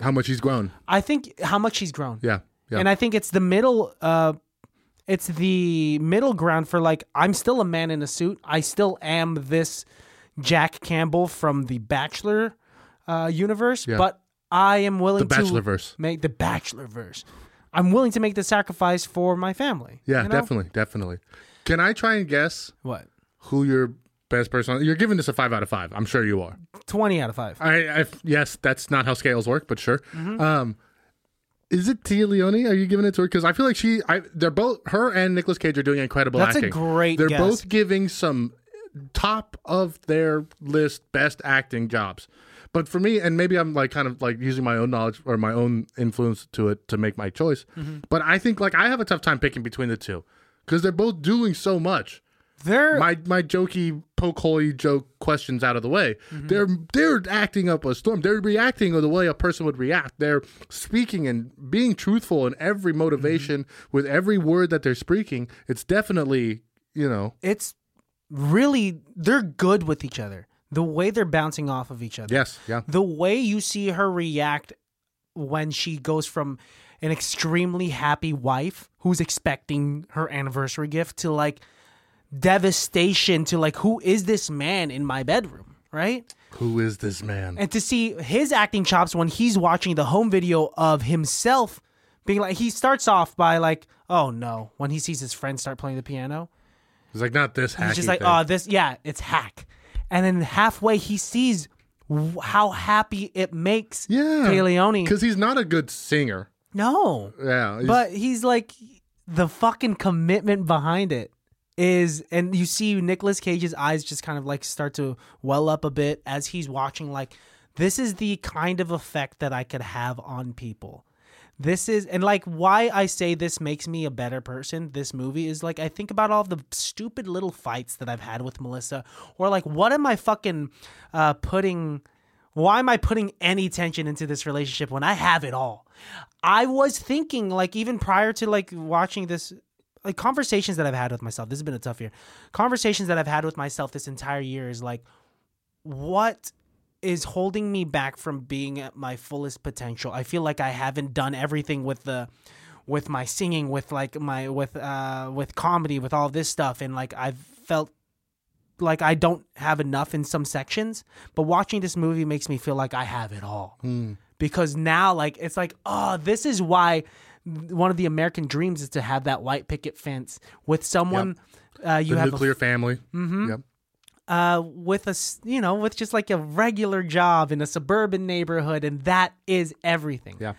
C: How much he's grown.
B: I think how much he's grown.
C: Yeah. Yeah.
B: And I think it's the middle uh it's the middle ground for like I'm still a man in a suit. I still am this Jack Campbell from the Bachelor uh universe,
C: Yeah.
B: but I am willing
C: the
B: to
C: bachelor verse.
B: make the Bachelor verse. I'm willing to make the sacrifice for my family.
C: Yeah,
B: you know?
C: definitely. Definitely. Can I try and guess
B: What?
C: who your best person You're giving this a five out of five. I'm sure you are.
B: 20 out of 5.
C: I, I yes, that's not how scales work, but sure.
B: Mm-hmm.
C: Um, is it Tia Leone? Are you giving it to her? Because I feel like she, I, they're both her and Nicolas Cage are doing incredible.
B: That's a
C: acting.
B: great
C: They're
B: guess.
C: both giving some top of their list best acting jobs. But for me, and maybe I'm like kind of like using my own knowledge or my own influence to it to make my choice.
B: Mm-hmm.
C: But I think like I have a tough time picking between the two because they're both doing so much.
B: They're
C: My my jokey poke holy joke questions out of the way.
B: Mm-hmm.
C: They're they're acting up a storm. They're reacting the way a person would react. They're speaking and being truthful in every
B: Mm-hmm.
C: motivation with every word that they're speaking. It's definitely you know
B: it's really they're good with each other. The way they're bouncing off of each other.
C: yes yeah
B: the way you see her react when she goes from an extremely happy wife who's expecting her anniversary gift to like devastation to like who is this man in my bedroom right
C: Who is this man?
B: and to see his acting chops when he's watching the home video of himself being like he starts off by like oh no when he sees his friend start playing the piano
C: He's like, not this hacky
B: He's just like,
C: thing.
B: oh, this, yeah, it's hack. And then halfway, he sees w- how happy it makes
C: yeah,
B: Leone.
C: because he's not a good singer.
B: No,
C: Yeah, he's-
B: but he's like, the fucking commitment behind it is, and you see Nicolas Cage's eyes just kind of like start to well up a bit as he's watching, like, this is the kind of effect that I could have on people. This is, and like, why I say this makes me a better person, this movie is like, I think about all the stupid little fights that I've had with Melissa, or like, what am I fucking uh, putting, why am I putting any tension into this relationship when I have it all? I was thinking, like, even prior to like watching this, like, conversations that I've had with myself, this has been a tough year. Conversations that I've had with myself this entire year is like, what is holding me back from being at my fullest potential. I feel like I haven't done everything with the with my singing, with like my with uh with comedy, with all this stuff and like I've felt like I don't have enough in some sections, but watching this movie makes me feel like I have it all.
C: Hmm.
B: Because now like it's like, oh, this is why one of the American dreams is to have that white picket fence with someone uh, you
C: the
B: have a
C: nuclear family. Mm-hmm. Yep.
B: uh, with a s- you know with just like a regular job in a suburban neighborhood, and that is everything.
C: Yeah.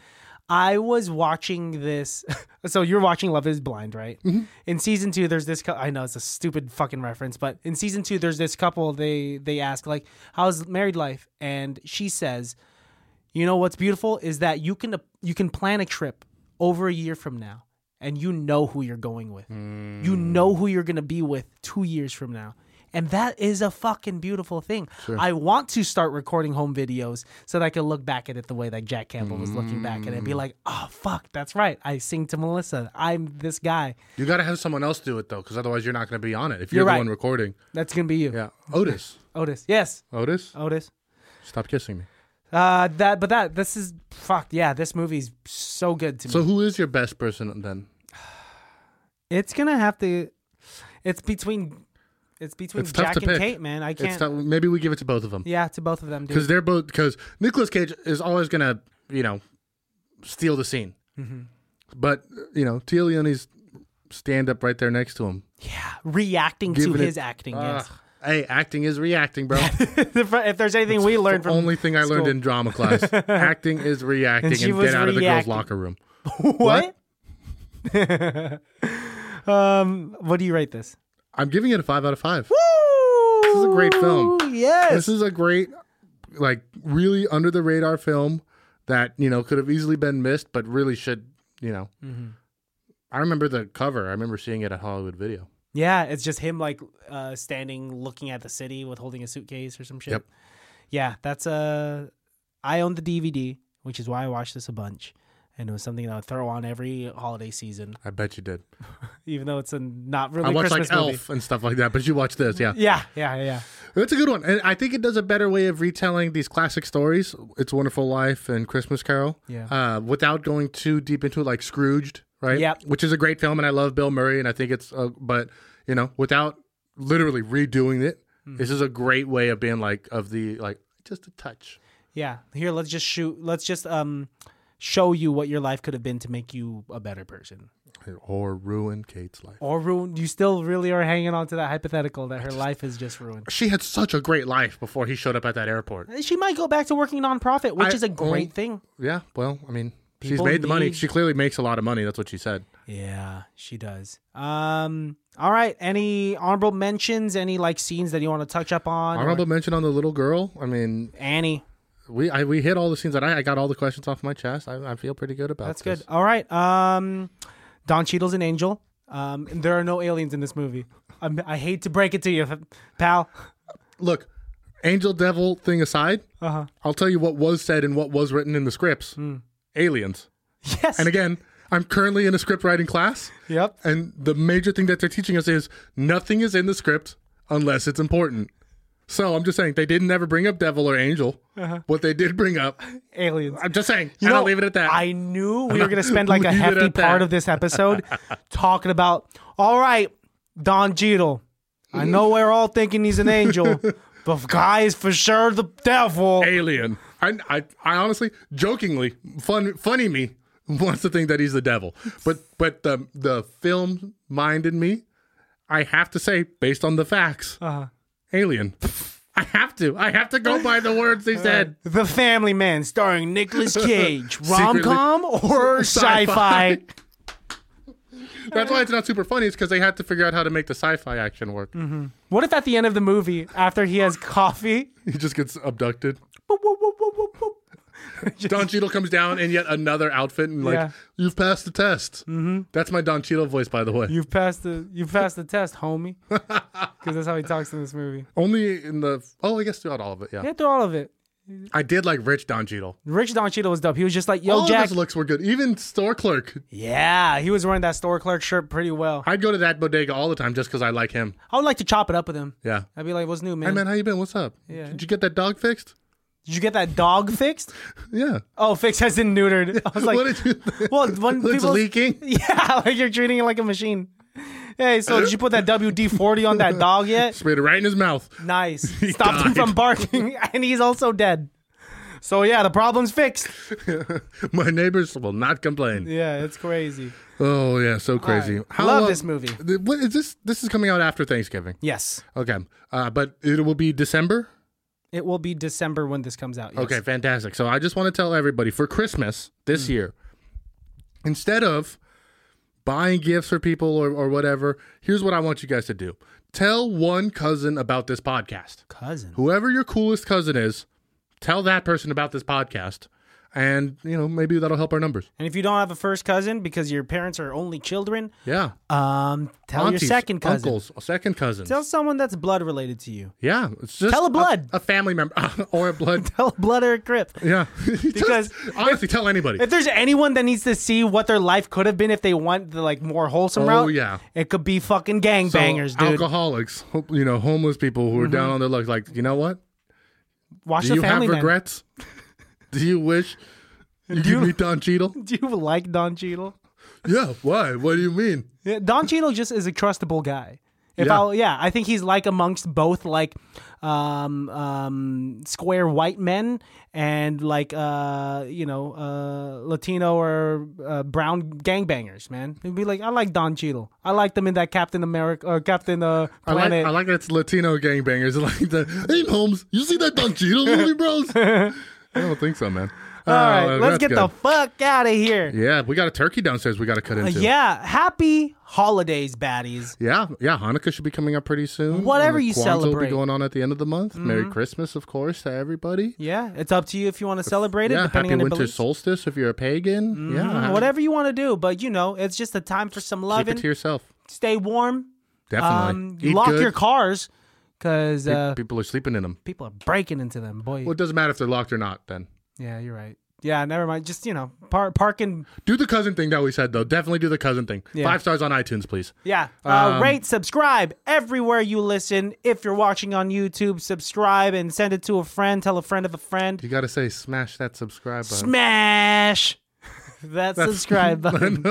B: I was watching this. So you're watching Love Is Blind, right? In season two, there's this. cou- I know it's a stupid fucking reference, but in season two, there's this couple. They they ask like, "How's married life?" And she says, "You know what's beautiful is that you can you can plan a trip over a year from now, and you know who you're going with. You know who you're gonna be with two years from now." And that is a fucking beautiful thing. I want to start recording home videos so that I can look back at it the way that Jack Campbell was looking back at it and be like, oh, fuck, that's right. I sing to Melissa. I'm this guy.
C: You got to have someone else do it though, because otherwise you're not going to be on it. If you're,
B: You're
C: the
B: right.
C: one recording,
B: That's going to be you.
C: yeah. Otis,
B: Otis. Yes.
C: Otis,
B: Otis.
C: stop kissing me.
B: Uh, that, but that, this is, fuck, yeah, this movie's so good to me.
C: So who is your best person then?
B: It's going to have to, it's between, it's between
C: It's
B: Jack
C: tough to
B: and
C: pick.
B: Kate, man. I
C: It's
B: can't,
C: not, maybe we give it to both of them
B: yeah, to both of them, dude.
C: because they're both because Nicolas Cage is always going to you know steal the scene,
B: Mm-hmm.
C: but you know Tia Leone's stand up right there next to him.
B: Yeah. Reacting to
C: Giving it-
B: his acting, yes.
C: Ugh. hey, acting is reacting, bro.
B: if, if there's anything we learned from
C: only thing I learned
B: school.
C: in drama class. acting is reacting
B: And
C: and,
B: she was
C: get out of the girls'
B: reacting.
C: locker room.
B: What? um, what do you rate this?
C: I'm giving it a five out of five.
B: Woo! This
C: is a great film.
B: Yes.
C: This is a great, like, really under the radar film that, you know, could have easily been missed, but really should, you know.
B: Mm-hmm.
C: I remember the cover. I remember seeing it at Hollywood Video.
B: yeah, it's just him like uh, standing, looking at the city with holding a suitcase or some shit.
C: Yep.
B: Yeah, that's Uh, I own the DVD, which is why I watched this a bunch, and it was something that I would throw on every holiday season,
C: I bet you did.
B: even though it's a not
C: I
B: really
C: watched
B: Christmas
C: like
B: movie.
C: Elf and stuff like that, but you watched this, yeah.
B: Yeah, yeah, yeah.
C: It's a good one. And I think it does a better way of retelling these classic stories, It's a Wonderful Life and Christmas Carol.
B: Yeah.
C: Uh, without going too deep into it, like Scrooged, right?
B: Yep.
C: Which is a great film, and I love Bill Murray, and I think it's, uh, but, you know, without literally redoing it,
B: Hmm.
C: this is a great way of being like, of the, like, just a touch.
B: Yeah. Here, let's just shoot. Let's just um show you what your life could have been to make you a better person.
C: Or ruin Kate's life.
B: Or ruin. You still really are hanging on to that hypothetical that her life is just ruined.
C: She had such a great life before he showed up at that airport.
B: She might go back to working nonprofit, which
C: I
B: is a great
C: own-
B: thing.
C: Yeah. Well, I mean, she's
B: People
C: made the money.
B: need-
C: She clearly makes a lot of money. That's what she said.
B: Yeah, she does. Um. All right. Any honorable mentions? Any like scenes that you want to touch up on? or-
C: Honorable mention on the little girl. I mean,
B: Annie.
C: we I, we hit all the scenes that I, I got all the questions off my chest. I, I feel pretty good about
B: That's
C: this.
B: good. All right. Um, Don Cheadle's an angel. Um, and there are no aliens in this movie. I'm, I hate to break it to you, f- pal.
C: Look, angel devil thing aside,
B: Uh-huh. Hmm.
C: I'll tell you what was said and what was written in the scripts. Aliens.
B: Yes.
C: And again, I'm currently in a script writing class.
B: yep.
C: And the major thing that they're teaching us is nothing is in the script unless it's important. So I'm just saying they didn't ever bring up devil or angel. What they did bring up,
B: Aliens.
C: I'm just saying.
B: Uh-huh. You
C: and I'll
B: know,
C: leave it at that.
B: I knew we were going to spend like a
C: Leave it
B: hefty
C: at that.
B: part of this episode talking about, all right, Don Cheadle. I know we're all thinking he's an angel, but guy is for sure the devil.
C: Alien. I, I, I honestly, jokingly, fun, funny me wants to think that he's the devil. But, but the the film mind in me, I have to say, based on the facts, alien. I have to. I have to go by the words they said.
B: The Family Man, starring Nicolas Cage. Rom com or sci
C: Sci-fi.
B: fi?
C: That's why it's not super funny. It's because they had to figure out how to make the sci-fi action work.
B: What if at the end of the movie, after he has coffee,
C: He just gets abducted.
B: boop, boop, boop, boop, boop, boop.
C: Don Cheadle comes down in yet another outfit and like,
B: Yeah.
C: you've passed the test. Mm-hmm. That's my Don Cheadle voice, by the way.
B: you've passed the you've passed the test, homie? Because that's how he talks in this movie.
C: Only in the oh, I guess throughout all of it. Yeah,
B: Yeah, through all of it,
C: I did like Rich Don Cheadle.
B: Rich Don Cheadle was dope. He was just like, "Yo,
C: all of
B: Oh, Jack."
C: his looks were good. Even store clerk,
B: yeah, he was wearing that store clerk shirt pretty well.
C: I'd go to that bodega all the time just because I like him.
B: I would like to chop it up with him.
C: Yeah.
B: I'd be like, "What's new, man?
C: Hey man, how you been? What's up?
B: Yeah.
C: Did you get that dog fixed?
B: Did you get that dog fixed?
C: Yeah.
B: Oh, fixed as in neutered." I was like,
C: what did you?
B: "Well, when
C: it's
B: people
C: leaking.
B: Yeah, like you're treating it like a machine. Hey, so did you put that WD forty on that dog yet?
C: Sprayed it right in his mouth.
B: Nice. Stopped him
C: died.
B: from barking, and he's also dead. So yeah, the problem's fixed.
C: My neighbors will not complain.
B: Yeah, it's crazy.
C: Oh yeah, so crazy. How,
B: Love
C: uh,
B: this movie.
C: th- What is this? This is coming out after Thanksgiving.
B: Yes,
C: Okay, uh, but it will be December.
B: it will be December when this comes out. yes.
C: Okay, fantastic. So I just want to tell everybody for Christmas this
B: Mm.
C: year, instead of buying gifts for people or, or whatever, here's what I want you guys to do tell one cousin about this podcast.
B: cousin.
C: Whoever your coolest cousin is, tell that person about this podcast. And, you know, maybe that'll help our numbers.
B: And if you don't have a first cousin because your parents are only children,
C: Yeah.
B: um, tell
C: Aunties,
B: your second cousin.
C: Uncles, second cousins.
B: Tell someone that's blood related to you.
C: yeah. It's just
B: Tell a blood.
C: A, family member or a blood.
B: Tell a blood or a crip.
C: Yeah. Just-
B: Because
C: honestly, tell anybody.
B: If there's anyone that needs to see what their life could have been if they want the like more wholesome
C: Oh,
B: route,
C: yeah.
B: it could be fucking gangbangers,
C: So,
B: bangers, dude.
C: Alcoholics, ho- you know, homeless people who are down on their luck. Like, you know what?
B: Watch
C: Do
B: the
C: you have
B: family Man.
C: regrets? Do you wish you
B: you-
C: could meet Don Cheadle?
B: Do you like Don Cheadle?
C: yeah. Why? What do you mean?
B: Yeah, Don Cheadle just is a trustable guy. If
C: Yeah.
B: I'll, yeah, I think he's like amongst both like um, um, square white men and like uh, you know uh, Latino or uh, brown gangbangers. Man, he'd be like, I like Don Cheadle. I like them in that Captain America or Captain uh,
C: I like,
B: Planet.
C: I like that it's Latino gangbangers. I Like the, hey, Holmes, you see that Don Cheadle movie, bros? I don't think so, man. Oh,
B: All right, let's
C: that's
B: get
C: good.
B: the fuck out of here.
C: yeah, we got a turkey downstairs. We got to cut into.
B: Uh, Yeah, happy holidays, baddies.
C: yeah, yeah. Hanukkah should be coming up pretty soon.
B: Whatever
C: And
B: you
C: Kwanzaa will
B: celebrate. Mm-hmm.
C: be going on at the end of the month. Merry Christmas, of course, to everybody.
B: Yeah, it's up to you if you want to celebrate it,
C: Yeah,
B: depending
C: happy
B: on your
C: winter
B: beliefs. Mm-hmm.
C: solstice if you're a pagan. Yeah,
B: Whatever you want to do, but you know, it's just a time for some
C: Keep
B: loving.
C: it to yourself.
B: Stay warm.
C: Definitely.
B: Um,
C: Eat
B: lock
C: good.
B: your cars because uh,
C: People are sleeping in them.
B: people are breaking into them. Boy,
C: Well, it doesn't matter if they're locked or not. Then
B: yeah, you're right. Yeah, never mind. Just you know, par- parking.
C: do the cousin thing that we said though. Definitely do the cousin thing. Five stars on iTunes, please.
B: Yeah, uh,
C: Um,
B: rate, subscribe everywhere you listen. If you're watching on YouTube, subscribe and send it to a friend. Tell a friend of a friend.
C: You gotta say smash that subscribe button.
B: Smash that subscribe button.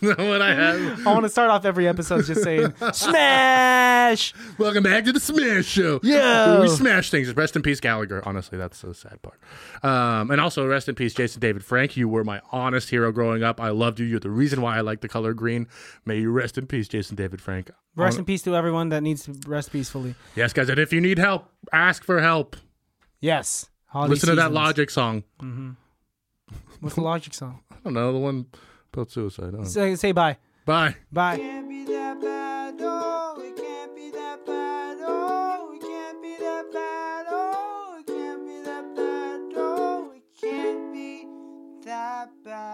C: Not what I have.
B: I want to start off every episode just saying smash.
C: Welcome back to the Smash Show.
B: Yeah.
C: we smash things. Rest in peace, Gallagher. Honestly, that's the sad part. Um, and also rest in peace, Jason David Frank. You were my honest hero growing up. I loved you. You're the reason why I like the color green. May you rest in peace, Jason David Frank.
B: Rest in peace to everyone that needs to rest peacefully.
C: Yes, guys. And if you need help, ask for help.
B: Yes. Holiday
C: Listen to that
B: seasons.
C: Logic song.
B: What's the logic song?
C: I don't know the one about suicide. I don't know.
B: Say, say bye.
C: Bye.
B: Bye.
A: can't be that bad, oh, it can't be that bad, oh, it can't be that bad, oh, it can't be that bad, oh. that bad.